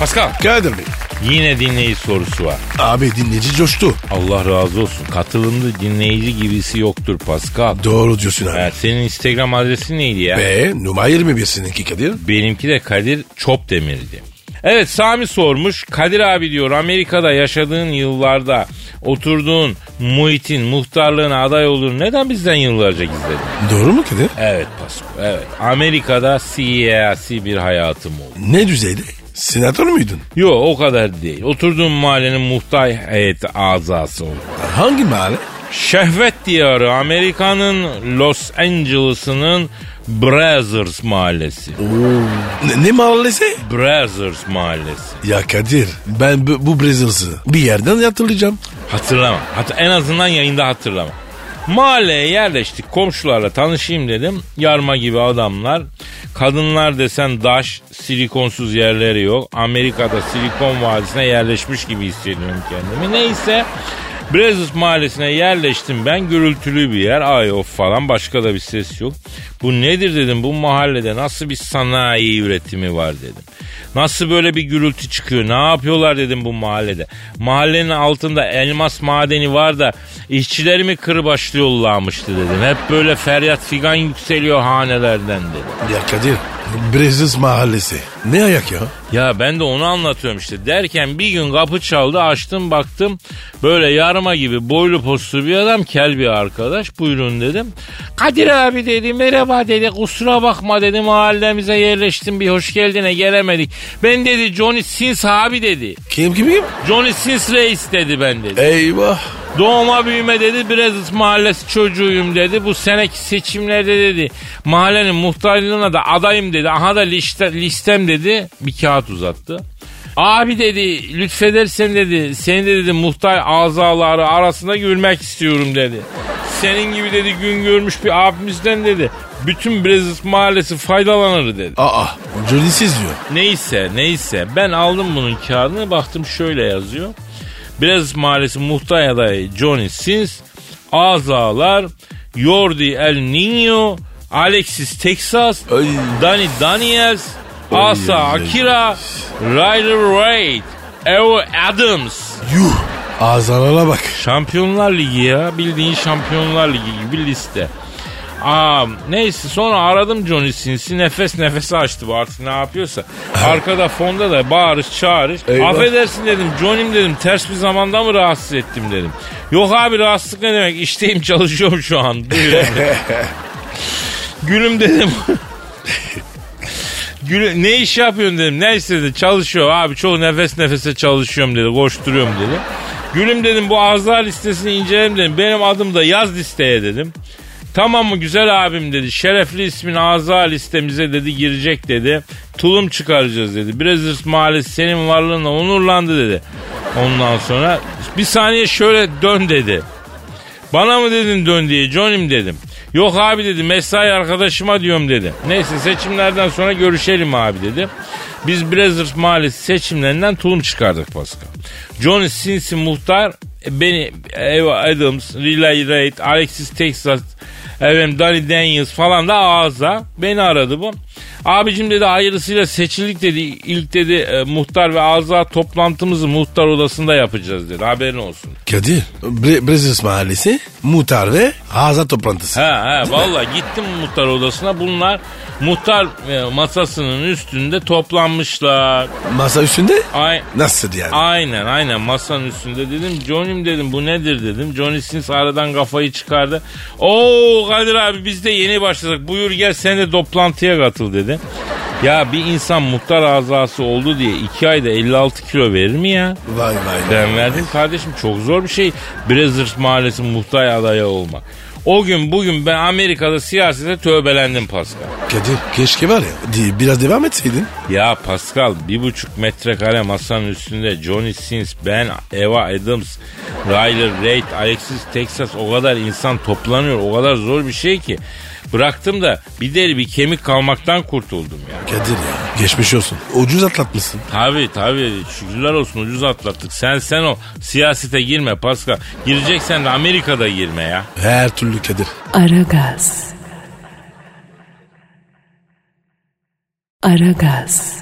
B: Pascal
C: Kadir Bey.
B: yine dinleyici sorusu var.
C: Abi dinleyici coştu.
B: Allah razı olsun. Katılımlı dinleyici gibisi yoktur Pascal.
C: Doğru diyorsun abi.
B: Ha, senin Instagram adresin neydi ya?
C: Ve numara 21 seninki Kadir.
B: Benimki de Kadir Çopdemir'di. Evet Sami sormuş. Kadir abi diyor Amerika'da yaşadığın yıllarda oturduğun muhitin muhtarlığına aday olduğunu neden bizden yıllarca gizledin?
C: Doğru mu Kadir?
B: Evet Pasko evet. Amerika'da siyasi bir hayatım oldu.
C: Ne düzeyde? Senatör müydün?
B: Yo o kadar değil. Oturduğum mahallenin muhtar heyeti azası oldum.
C: Hangi mahalle?
B: Şehvet diyarı Amerika'nın Los Angeles'ının Brazzers mahallesi.
C: Ne, ne mahallesi?
B: Brazzers mahallesi.
C: Ya Kadir ben bu, bu Brazzers'ı bir yerden hatırlayacağım.
B: Hatırlama. Hat- en azından yayında hatırlama. Mahalleye yerleştik. Komşularla tanışayım dedim. Yarma gibi adamlar. Kadınlar desen daş, silikonsuz yerleri yok. Amerika'da silikon vadisine yerleşmiş gibi hissediyorum kendimi. Neyse Brazos mahallesine yerleştim ben. Gürültülü bir yer. Ay of falan başka da bir ses yok. Bu nedir dedim bu mahallede nasıl bir sanayi üretimi var dedim. Nasıl böyle bir gürültü çıkıyor ne yapıyorlar dedim bu mahallede. Mahallenin altında elmas madeni var da işçileri mi kırbaçlıyorlarmıştı dedim. Hep böyle feryat figan yükseliyor hanelerden dedim.
C: Ya Kadir Brazzers mahallesi. Ne ayak ya?
B: Ya ben de onu anlatıyorum işte. Derken bir gün kapı çaldı açtım baktım. Böyle yarma gibi boylu poslu bir adam kel bir arkadaş. Buyurun dedim. Kadir abi dedi merhaba dedi kusura bakma dedi mahallemize yerleştim bir hoş geldine gelemedik. Ben dedi Johnny Sins abi dedi.
C: Kim kim kim?
B: Johnny Sins reis dedi ben dedi.
C: Eyvah.
B: Doğma büyüme dedi Brezis mahallesi çocuğuyum dedi. Bu seneki seçimlerde dedi mahallenin muhtarlığına da adayım dedi. Aha da liste, listem dedi bir kağıt uzattı. Abi dedi lütfedersen dedi seni de dedi muhtar azaları arasında görmek istiyorum dedi. Senin gibi dedi gün görmüş bir abimizden dedi. Bütün Brezis mahallesi faydalanır dedi.
C: Aa Johnny'siz diyor.
B: Neyse neyse ben aldım bunun kağıdını baktım şöyle yazıyor. Biraz Mahallesi Muhtar Adayı Johnny Sins, Azalar, Jordi El Niño, Alexis Texas,
C: Ay.
B: Danny Daniels,
C: Ay,
B: Asa
C: ay, ay.
B: Akira, Riley Wright, Evo Adams.
C: Yuh. Ağzalara bak.
B: Şampiyonlar Ligi ya. Bildiğin Şampiyonlar Ligi gibi liste. Aa, neyse sonra aradım Johnny Sins'i nefes nefese açtı bu artık ne yapıyorsa. Arkada fonda da bağırış çağırış.
C: Eyvah.
B: Affedersin dedim Johnny'm dedim ters bir zamanda mı rahatsız ettim dedim. Yok abi rahatsızlık ne demek işteyim çalışıyorum şu an. Buyurun. Gülüm dedim. Gül, ne iş yapıyorsun dedim. Neyse dedi çalışıyor abi çok nefes nefese çalışıyorum dedi. Koşturuyorum dedi. Gülüm dedim bu ağızlar listesini inceledim dedim. Benim adım da yaz listeye dedim. Tamam mı güzel abim dedi. Şerefli ismin ağza listemize dedi girecek dedi. Tulum çıkaracağız dedi. Brazzers mahallesi senin varlığına onurlandı dedi. Ondan sonra bir saniye şöyle dön dedi. Bana mı dedin dön diye Johnny'm dedim. Yok abi dedi mesai arkadaşıma diyorum dedi. Neyse seçimlerden sonra görüşelim abi dedi. Biz Brazzers Mahallesi seçimlerinden tulum çıkardık Pascal. Johnny Sinsi muhtar e, beni Eva Adams, Relay Raid, Alexis Texas, efendim Danny Daniels falan da ağza. Beni aradı bu. Abicim dedi hayırlısıyla seçildik dedi. İlk dedi e, muhtar ve azat toplantımızı muhtar odasında yapacağız dedi. Haberin olsun.
C: Kadir. Bre- Brezilya mahallesi. Muhtar ve Hazat toplantısı.
B: Ha ha valla gittim muhtar odasına. Bunlar muhtar e, masasının üstünde toplanmışlar.
C: Masa üstünde.
B: Ay
C: Nasıl yani?
B: Aynen aynen masanın üstünde dedim. Johnny'm dedim bu nedir dedim. Johnny Sins aradan kafayı çıkardı. Oo Kadir abi biz de yeni başladık. Buyur gel sen de toplantıya katıl dedi. Ya bir insan muhtar azası oldu diye iki ayda 56 kilo verir mi ya?
C: Vay vay.
B: Ben verdim kardeşim çok zor bir şey. Brazzers mahallesi muhtar adayı olmak. O gün bugün ben Amerika'da siyasete tövbelendim Pascal.
C: Kadir keşke var ya. di- Biraz devam etseydin.
B: Ya Pascal bir buçuk metrekare masanın üstünde Johnny Sins, Ben, Eva Adams, Ryler Reid, Alexis Texas o kadar insan toplanıyor. O kadar zor bir şey ki. Bıraktım da bir deri bir kemik kalmaktan kurtuldum ya.
C: Kadir ya. Geçmiş olsun. Ucuz atlatmışsın.
B: Tabi tabi şükürler olsun ucuz atlattık. Sen sen o siyasete girme Pascal. Gireceksen de Amerika'da girme ya.
C: Her türlü Kadir.
A: Aragaz. Aragaz.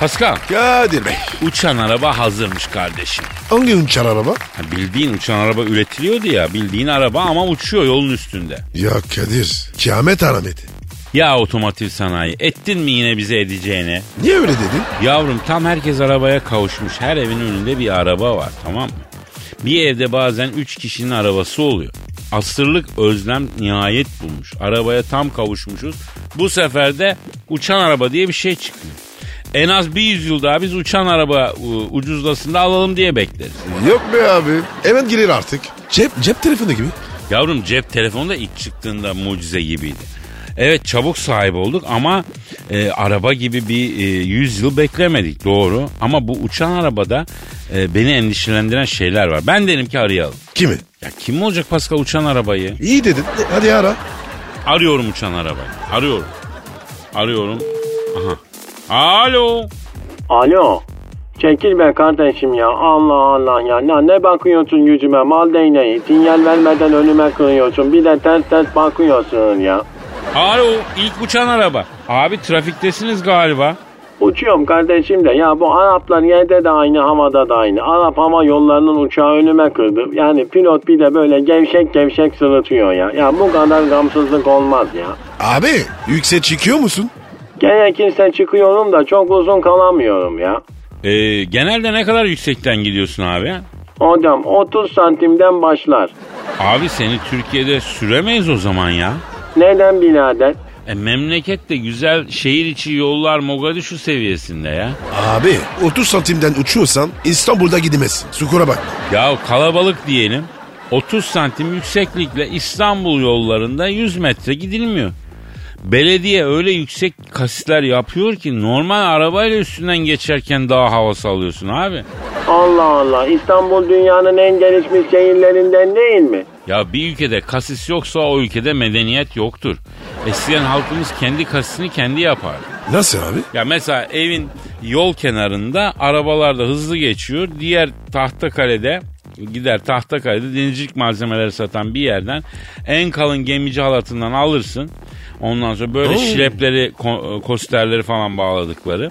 B: Pascal
C: Kadir Bey.
B: uçan araba hazırmış kardeşim.
C: Hangi uçar araba?
B: Ha, bildiğin uçan araba üretiliyordu ya bildiğin araba ama uçuyor yolun üstünde.
C: Ya Kadir. Kıyamet arameti.
B: Ya otomotiv sanayi ettin mi yine bize edeceğini?
C: Niye öyle dedin?
B: Yavrum tam herkes arabaya kavuşmuş. Her evin önünde bir araba var tamam mı? Bir evde bazen 3 kişinin arabası oluyor. Asırlık özlem nihayet bulmuş. Arabaya tam kavuşmuşuz. Bu sefer de uçan araba diye bir şey çıkıyor. En az bir yüzyıl daha biz uçan araba e, ucuzlasında alalım diye bekleriz.
C: Yok be abi. Hemen gelir artık. Cep, cep telefonu gibi.
B: Yavrum cep telefonu da ilk çıktığında mucize gibiydi. Evet çabuk sahip olduk ama e, araba gibi bir e, 100 yıl beklemedik doğru. Ama bu uçan arabada e, beni endişelendiren şeyler var. Ben derim ki arayalım.
C: Kimi?
B: Ya kim olacak Pascal uçan arabayı?
C: İyi dedin. Hadi ara.
B: Arıyorum uçan arabayı. Arıyorum. Arıyorum. Aha. Alo.
G: Alo. Çekil be kardeşim ya. Allah Allah ya. Ya ne bakıyorsun yüzüme mal değneği. Sinyal vermeden önüme kırıyorsun. Bir de ters ters bakıyorsun ya.
B: Alo. İlk uçan araba. Abi trafiktesiniz galiba.
G: Uçuyorum kardeşim de ya bu Araplar yerde de aynı havada da aynı. Arap hava yollarının uçağı önüme kırdı. Yani pilot bir de böyle gevşek gevşek sırıtıyor ya. Ya bu kadar gamsızlık olmaz ya.
C: Abi yüksek çıkıyor musun?
G: Gerekirse çıkıyorum da çok uzun kalamıyorum ya.
B: Ee, genelde ne kadar yüksekten gidiyorsun abi?
G: Hocam 30 santimden başlar.
B: Abi seni Türkiye'de süremeyiz o zaman ya.
G: Neden birader?
B: E, memleket de güzel şehir içi yollar Mogadishu seviyesinde ya.
C: Abi 30 santimden uçuyorsan İstanbul'da gidemezsin. Sukura bak.
B: Ya kalabalık diyelim. 30 santim yükseklikle İstanbul yollarında 100 metre gidilmiyor. Belediye öyle yüksek kasisler yapıyor ki normal arabayla üstünden geçerken daha havası alıyorsun abi.
G: Allah Allah İstanbul dünyanın en gelişmiş şehirlerinden değil mi?
B: Ya bir ülkede kasis yoksa o ülkede medeniyet yoktur. Eskiden halkımız kendi kasisini kendi yapar.
C: Nasıl abi?
B: Ya mesela evin yol kenarında arabalar da hızlı geçiyor. Diğer tahta kalede gider tahta kalede denizcilik malzemeleri satan bir yerden en kalın gemici halatından alırsın. Ondan sonra böyle şilepleri, ko- kosterleri falan bağladıkları.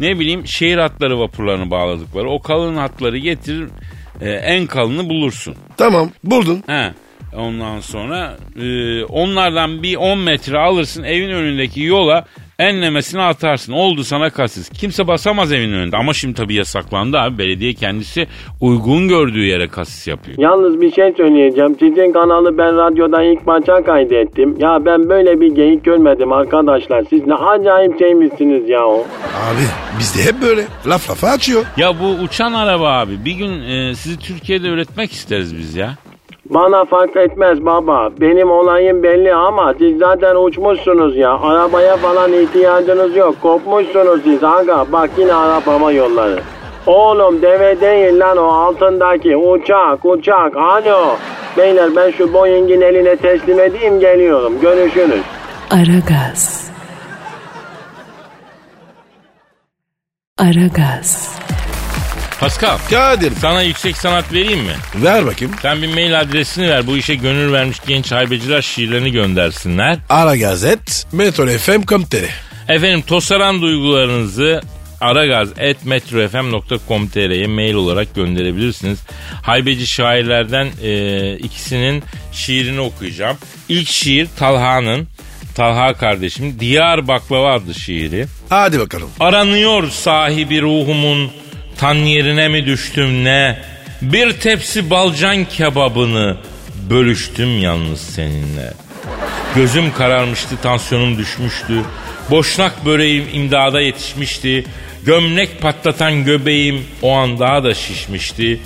B: Ne bileyim şehir hatları vapurlarını bağladıkları. O kalın hatları getirir e, en kalını bulursun.
C: Tamam buldun.
B: He. Ondan sonra e, onlardan bir 10 metre alırsın evin önündeki yola enlemesini atarsın. Oldu sana kalsız. Kimse basamaz evin önünde. Ama şimdi tabii yasaklandı abi. Belediye kendisi uygun gördüğü yere kasis yapıyor.
G: Yalnız bir şey söyleyeceğim. Sizin kanalı ben radyodan ilk maça kaydettim. Ya ben böyle bir geyik görmedim arkadaşlar. Siz ne acayip şeymişsiniz ya o.
C: Abi bizde hep böyle. Laf lafa açıyor.
B: Ya bu uçan araba abi. Bir gün e, sizi Türkiye'de üretmek isteriz biz ya.
G: Bana fark etmez baba. Benim olayım belli ama siz zaten uçmuşsunuz ya. Arabaya falan ihtiyacınız yok. Kopmuşsunuz siz aga. Bak yine arabama yolları. Oğlum deve değil lan o altındaki uçak uçak alo. Beyler ben şu Boeing'in eline teslim edeyim geliyorum. Görüşürüz.
A: Aragaz. Aragaz.
B: Pascal
C: Kadir.
B: sana yüksek sanat vereyim mi?
C: Ver bakayım.
B: Sen bir mail adresini ver. Bu işe gönül vermiş genç haybeciler şiirlerini göndersinler.
C: Ara Gazet. Metro FM.com.tr
B: Efendim tosaran duygularınızı aragaz.metrofm.com.tr'ye mail olarak gönderebilirsiniz. Haybeci şairlerden e, ikisinin şiirini okuyacağım. İlk şiir Talha'nın, Talha kardeşim Diyar Baklava adlı şiiri.
C: Hadi bakalım.
B: Aranıyor sahibi ruhumun tan yerine mi düştüm ne? Bir tepsi balcan kebabını bölüştüm yalnız seninle. Gözüm kararmıştı, tansiyonum düşmüştü. Boşnak böreğim imdada yetişmişti. Gömlek patlatan göbeğim o an daha da şişmişti.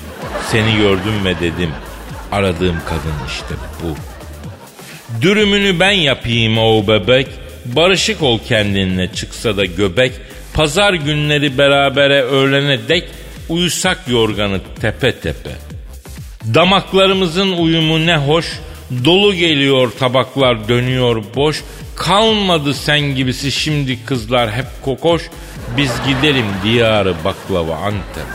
B: Seni gördüm ve dedim. Aradığım kadın işte bu. Dürümünü ben yapayım o bebek. Barışık ol kendinle çıksa da göbek. Pazar günleri berabere öğlene dek uyusak yorganı tepe tepe. Damaklarımızın uyumu ne hoş. Dolu geliyor tabaklar dönüyor boş. Kalmadı sen gibisi şimdi kızlar hep kokoş. Biz gidelim diyarı baklava Antep.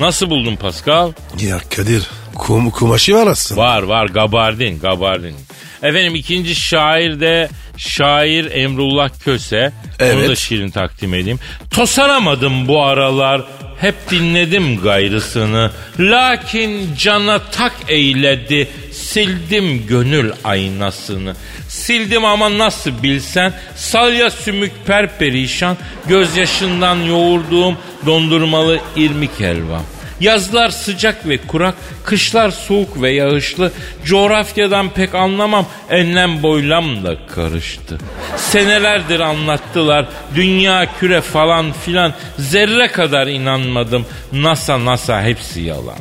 B: Nasıl buldun Pascal?
C: Ya Kadir kum, kumaşı var aslında.
B: Var var gabardin gabardin. Efendim ikinci şair de şair Emrullah Köse. Onu
C: Evet.
B: da şiirini takdim edeyim. Tosaramadım bu aralar hep dinledim gayrısını. Lakin cana tak eyledi sildim gönül aynasını. Sildim ama nasıl bilsen salya sümük perperişan gözyaşından yoğurduğum dondurmalı irmik helvam. Yazlar sıcak ve kurak, kışlar soğuk ve yağışlı. Coğrafyadan pek anlamam, enlem boylam da karıştı. Senelerdir anlattılar, dünya küre falan filan. Zerre kadar inanmadım, NASA NASA hepsi yalan.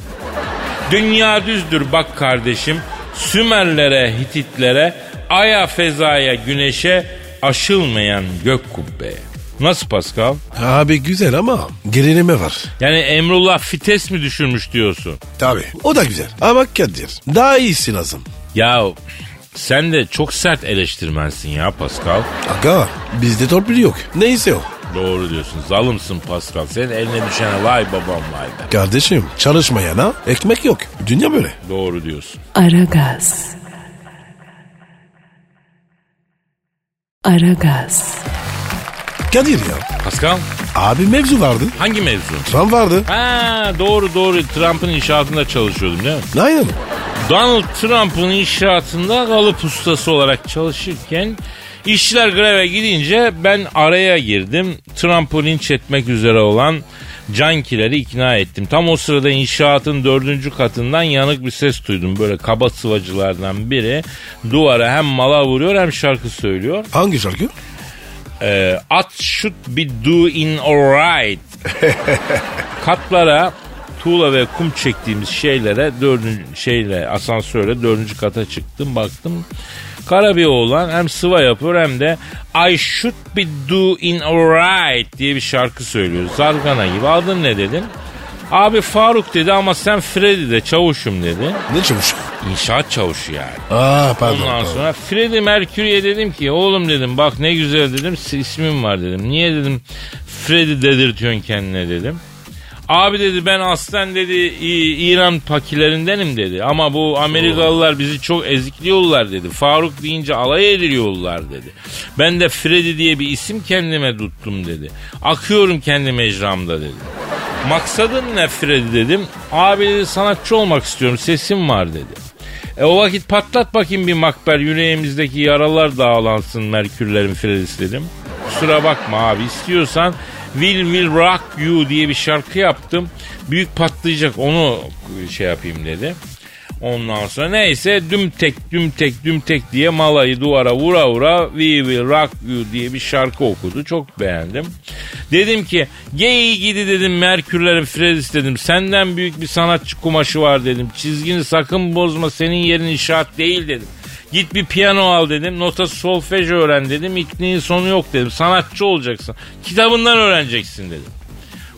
B: Dünya düzdür bak kardeşim, Sümerlere, Hititlere, Ay'a, Feza'ya, Güneş'e, aşılmayan gök kubbeye. Nasıl Pascal?
C: Abi güzel ama gerileme var.
B: Yani Emrullah fites mi düşürmüş diyorsun?
C: Tabi. O da güzel. Ama Kadir daha iyisi lazım.
B: Ya sen de çok sert eleştirmensin ya Pascal.
C: Aga bizde torpil yok. Neyse o.
B: Doğru diyorsun. Zalımsın Pascal. Senin eline düşene vay babam vay be.
C: Kardeşim çalışmayana ekmek yok. Dünya böyle.
B: Doğru diyorsun.
A: Aragaz. Aragaz.
C: Kadir ya.
B: Pascal
C: Abi mevzu vardı.
B: hangi mevzu?
C: Trump vardı.
B: Ha doğru doğru Trump'ın inşaatında çalışıyordum değil mi?
C: Aynen.
B: Donald Trump'ın inşaatında kalıp ustası olarak çalışırken işçiler greve gidince ben araya girdim. Trump'ı linç etmek üzere olan cankileri ikna ettim. Tam o sırada inşaatın dördüncü katından yanık bir ses duydum. Böyle kaba sıvacılardan biri duvara hem mala vuruyor hem şarkı söylüyor.
C: Hangi şarkı?
B: Ee, at should be doing alright. Katlara tuğla ve kum çektiğimiz şeylere dördüncü şeyle asansörle dördüncü kata çıktım baktım. Kara bir oğlan hem sıva yapıyor hem de I should be doing alright diye bir şarkı söylüyor. Zargana gibi adın ne dedim. Abi Faruk dedi ama sen Freddy de çavuşum dedi.
C: Ne çavuş?
B: İnşaat çavuşu yani.
C: Aa pardon.
B: Ondan
C: pardon.
B: sonra Freddie Mercury'e dedim ki oğlum dedim bak ne güzel dedim s- ismim var dedim. Niye dedim Freddie dedirtiyorsun kendine dedim. Abi dedi ben aslen dedi İ- İran pakilerindenim dedi. Ama bu Amerikalılar bizi çok ezikliyorlar dedi. Faruk deyince alay ediliyorlar dedi. Ben de Freddy diye bir isim kendime tuttum dedi. Akıyorum kendi mecramda dedi. Maksadın ne Freddy dedim. Abi dedi sanatçı olmak istiyorum sesim var dedi. E o vakit patlat bakayım bir makber yüreğimizdeki yaralar dağlansın Merkürlerin Fredis dedim. Kusura bakma abi istiyorsan Will Will Rock You diye bir şarkı yaptım. Büyük patlayacak onu şey yapayım dedi. Ondan sonra neyse dümtek dümtek dümtek diye malayı duvara vura vura We Will Rock You diye bir şarkı okudu. Çok beğendim. Dedim ki geyi gidi dedim Merkürlerin Fredis dedim. Senden büyük bir sanatçı kumaşı var dedim. Çizgini sakın bozma senin yerin inşaat değil dedim. Git bir piyano al dedim. Nota solfej öğren dedim. İkniğin sonu yok dedim. Sanatçı olacaksın. Kitabından öğreneceksin dedim.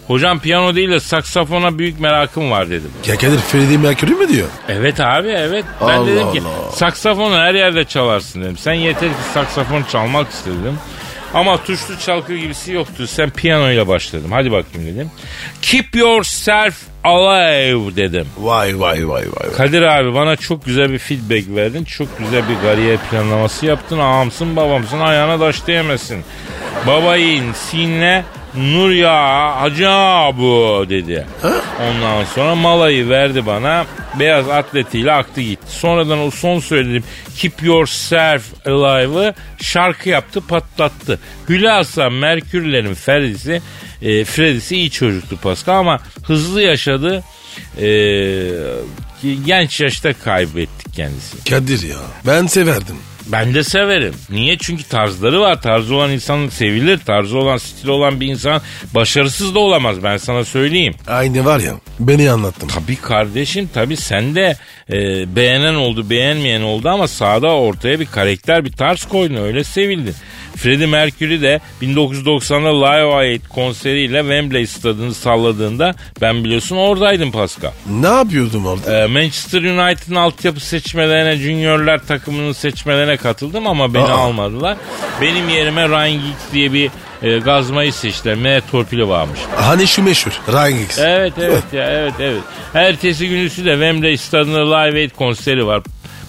B: Hocam piyano değil de saksafona büyük merakım var dedim.
C: Ya Kadir Freddie Mercury mi diyor?
B: Evet abi evet. Ben
C: Allah
B: dedim ki
C: Allah.
B: saksafonu her yerde çalarsın dedim. Sen yeter ki saksafon çalmak istedim. Ama tuşlu çalkı gibisi yoktu. Sen piyanoyla başladım. Hadi bakayım dedim. Keep yourself alive dedim.
C: Vay vay vay vay. vay.
B: Kadir abi bana çok güzel bir feedback verdin. Çok güzel bir kariyer planlaması yaptın. Ağamsın babamsın ayağına taş değmesin. Babayın sinle Nur ya hacı bu dedi. Ondan sonra malayı verdi bana. Beyaz atletiyle aktı gitti. Sonradan o son söylediğim Keep Yourself Alive'ı şarkı yaptı patlattı. Hülasa Merkürlerin Fredisi, e, Fredisi iyi çocuktu Pascal ama hızlı yaşadı. E, genç yaşta kaybettik kendisini.
C: Kadir ya ben severdim.
B: Ben de severim. Niye? Çünkü tarzları var. Tarzı olan insan sevilir. Tarzı olan, stil olan bir insan başarısız da olamaz. Ben sana söyleyeyim.
C: Aynı var ya beni anlattın.
B: Tabii kardeşim tabii sen de e, beğenen oldu beğenmeyen oldu ama sahada ortaya bir karakter bir tarz koydun öyle sevildin. Freddie Mercury de 1990'da Live Aid konseriyle Wembley stadını salladığında ben biliyorsun oradaydım Pascal.
C: Ne yapıyordum orada?
B: Ee, Manchester United'ın altyapı seçmelerine, juniorlar takımının seçmelerine katıldım ama beni
C: Aa.
B: almadılar. Benim yerime Ryan Giggs diye bir e, gazmayı seçtiler. Meğer torpili varmış.
C: Hani şu meşhur Ryan Giggs.
B: Evet evet ya evet evet. Ertesi günüsü de Wembley Stadı'nda Live Aid konseri var.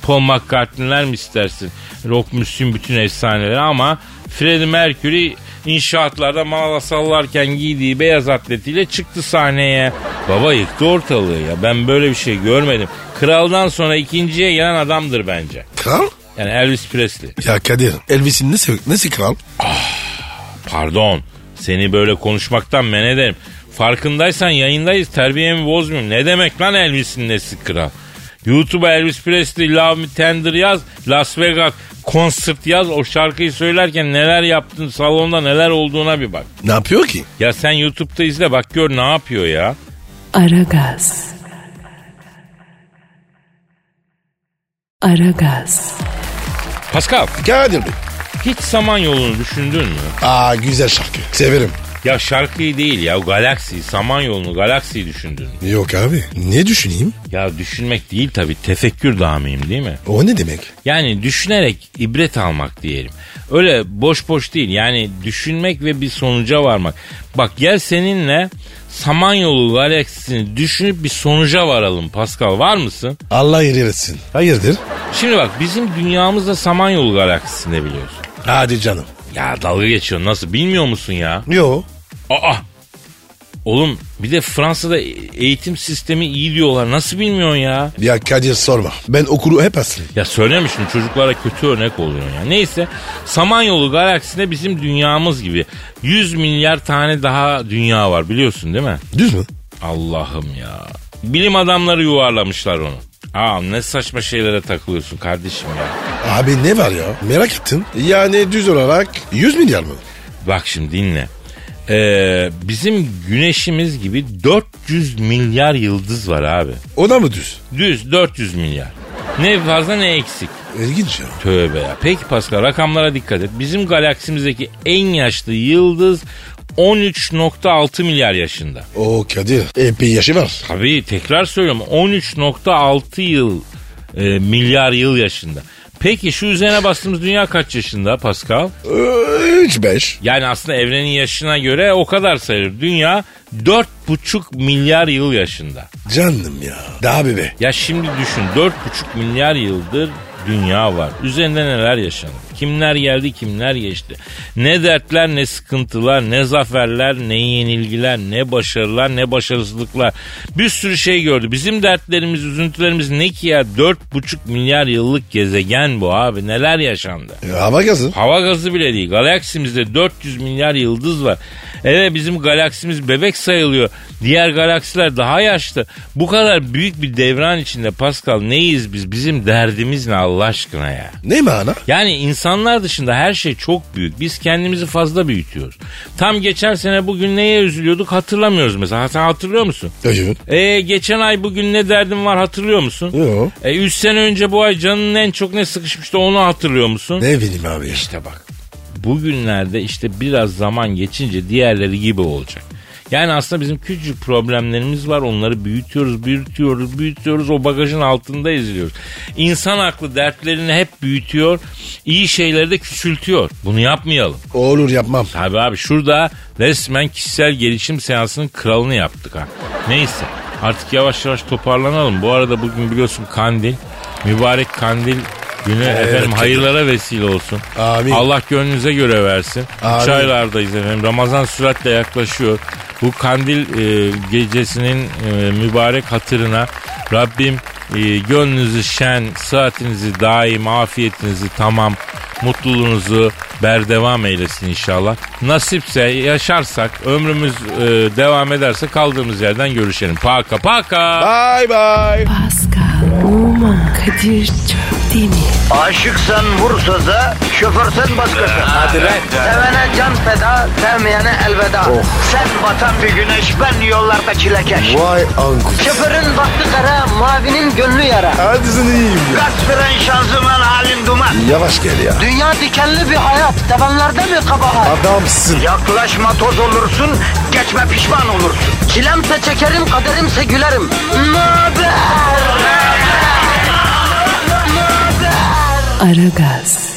B: Paul McCartney'ler mi istersin? Rock Müslüm bütün efsaneleri ama Freddie Mercury inşaatlarda mağla sallarken giydiği beyaz atletiyle çıktı sahneye. Baba yıktı ortalığı ya. Ben böyle bir şey görmedim. Kraldan sonra ikinciye gelen adamdır bence.
C: Kral?
B: Yani Elvis Presley.
C: Ya Kadir Elvis'in nesi, nesi kral?
B: Pardon. Seni böyle konuşmaktan men ederim. Farkındaysan yayındayız. Terbiyemi bozmuyorum. Ne demek lan Elvis'in nesi kral? YouTube'a Elvis Presley Love Me Tender yaz. Las Vegas konsert yaz. O şarkıyı söylerken neler yaptın salonda neler olduğuna bir bak.
C: Ne yapıyor ki?
B: Ya sen YouTube'da izle bak gör ne yapıyor ya.
A: Aragaz. Aragaz.
B: Pascal
C: Kadir Bey.
B: hiç Samanyolu'nu düşündün mü?
C: Aa güzel şarkı. Severim.
B: Ya şarkıyı değil ya galaksiyi, Samanyolu'nu, galaksiyi düşündün mü?
C: Yok abi. Ne düşüneyim?
B: Ya düşünmek değil tabii tefekkür damıyım değil mi?
C: O ne demek?
B: Yani düşünerek ibret almak diyelim. Öyle boş boş değil. Yani düşünmek ve bir sonuca varmak. Bak gel seninle Samanyolu galaksisini düşünüp bir sonuca varalım Pascal. Var mısın?
C: Allah yer etsin. Hayırdır?
B: Şimdi bak bizim dünyamız da Samanyolu galaksisinde biliyorsun.
C: Hadi canım.
B: Ya dalga geçiyorsun nasıl bilmiyor musun ya?
C: Yo.
B: Aa! Oğlum bir de Fransa'da eğitim sistemi iyi diyorlar. Nasıl bilmiyorsun ya?
C: Ya Kadir sorma. Ben okulu hep asılıyım.
B: Ya söylemiştim çocuklara kötü örnek oluyor ya. Neyse Samanyolu galaksisinde bizim dünyamız gibi 100 milyar tane daha dünya var biliyorsun değil mi?
C: Düz mü?
B: Allah'ım ya. Bilim adamları yuvarlamışlar onu. Aa ne saçma şeylere takılıyorsun kardeşim ya.
C: Abi ne var ya? Merak ettim. Yani düz olarak 100 milyar mı?
B: Bak şimdi dinle. Ee, bizim güneşimiz gibi 400 milyar yıldız var abi.
C: O da mı düz?
B: Düz 400 milyar. Ne fazla ne eksik.
C: İlginç ya.
B: Tövbe ya. Peki Pascal rakamlara dikkat et. Bizim galaksimizdeki en yaşlı yıldız 13.6 milyar yaşında.
C: O Kadir. Epey yaşı var.
B: Tabii tekrar söylüyorum 13.6 yıl e, milyar yıl yaşında. Peki şu üzerine bastığımız dünya kaç yaşında Pascal?
C: 3-5.
B: Yani aslında evrenin yaşına göre o kadar sayılır. Dünya 4,5 milyar yıl yaşında.
C: Canım ya. Daha bebe.
B: Ya şimdi düşün 4,5 milyar yıldır dünya var. Üzerinde neler yaşandı? Kimler geldi, kimler geçti? Ne dertler, ne sıkıntılar, ne zaferler, ne yenilgiler, ne başarılar, ne başarısızlıklar. Bir sürü şey gördü. Bizim dertlerimiz, üzüntülerimiz ne ki ya? 4,5 milyar yıllık gezegen bu abi. Neler yaşandı?
C: Hava gazı.
B: Hava gazı bile değil. Galaksimizde 400 milyar yıldız var. Evet bizim galaksimiz bebek sayılıyor. Diğer galaksiler daha yaşlı. Bu kadar büyük bir devran içinde Pascal neyiz biz? Bizim derdimiz ne Allah aşkına ya?
C: Ne mana?
B: Yani insanlar dışında her şey çok büyük. Biz kendimizi fazla büyütüyoruz. Tam geçen sene bugün neye üzülüyorduk hatırlamıyoruz mesela. Sen hatırlıyor musun?
C: Hayır.
B: E geçen ay bugün ne derdin var hatırlıyor musun?
C: Yo.
B: E 3 sene önce bu ay canın en çok ne sıkışmıştı onu hatırlıyor musun?
C: Ne bileyim abi.
B: İşte bak. Bugünlerde işte biraz zaman geçince diğerleri gibi olacak. Yani aslında bizim küçük problemlerimiz var. Onları büyütüyoruz, büyütüyoruz, büyütüyoruz. O bagajın altında eziliyoruz. İnsan aklı dertlerini hep büyütüyor. iyi şeyleri de küçültüyor. Bunu yapmayalım.
C: Olur yapmam.
B: Tabii abi şurada resmen kişisel gelişim seansının kralını yaptık ha. Neyse artık yavaş yavaş toparlanalım. Bu arada bugün biliyorsun kandil. Mübarek kandil Güne efendim hayırlara vesile olsun.
C: Amin.
B: Allah gönlünüze göre versin.
C: Amin.
B: Üç aylardayız efendim. Ramazan süratle yaklaşıyor. Bu kandil e, gecesinin e, mübarek hatırına Rabbim e, gönlünüzü şen, sıhhatinizi daim, afiyetinizi tamam, mutluluğunuzu berdevam eylesin inşallah. Nasipse yaşarsak, ömrümüz e, devam ederse kaldığımız yerden görüşelim. Paka paka.
C: Bye bye.
A: Pascal, Oman, Kadir çok değil mi?
H: Aşıksan vursa da şoförsen başkasın. Hadi lan. Oh. Sevene can feda, sevmeyene elveda. Sen batan bir güneş, ben yollarda çilekeş.
C: Vay anku.
H: Şoförün baktı kara, mavinin gönlü yara.
C: Hadi sen iyiyim ya.
H: Kasperen şanzıman halin duman.
C: Yavaş gel ya.
H: Dünya dikenli bir hayat, sevenlerde mi kabahar?
C: Adamsın.
H: Yaklaşma toz olursun, geçme pişman olursun. Çilemse çekerim, kaderimse gülerim. Möber!
A: Aragaz.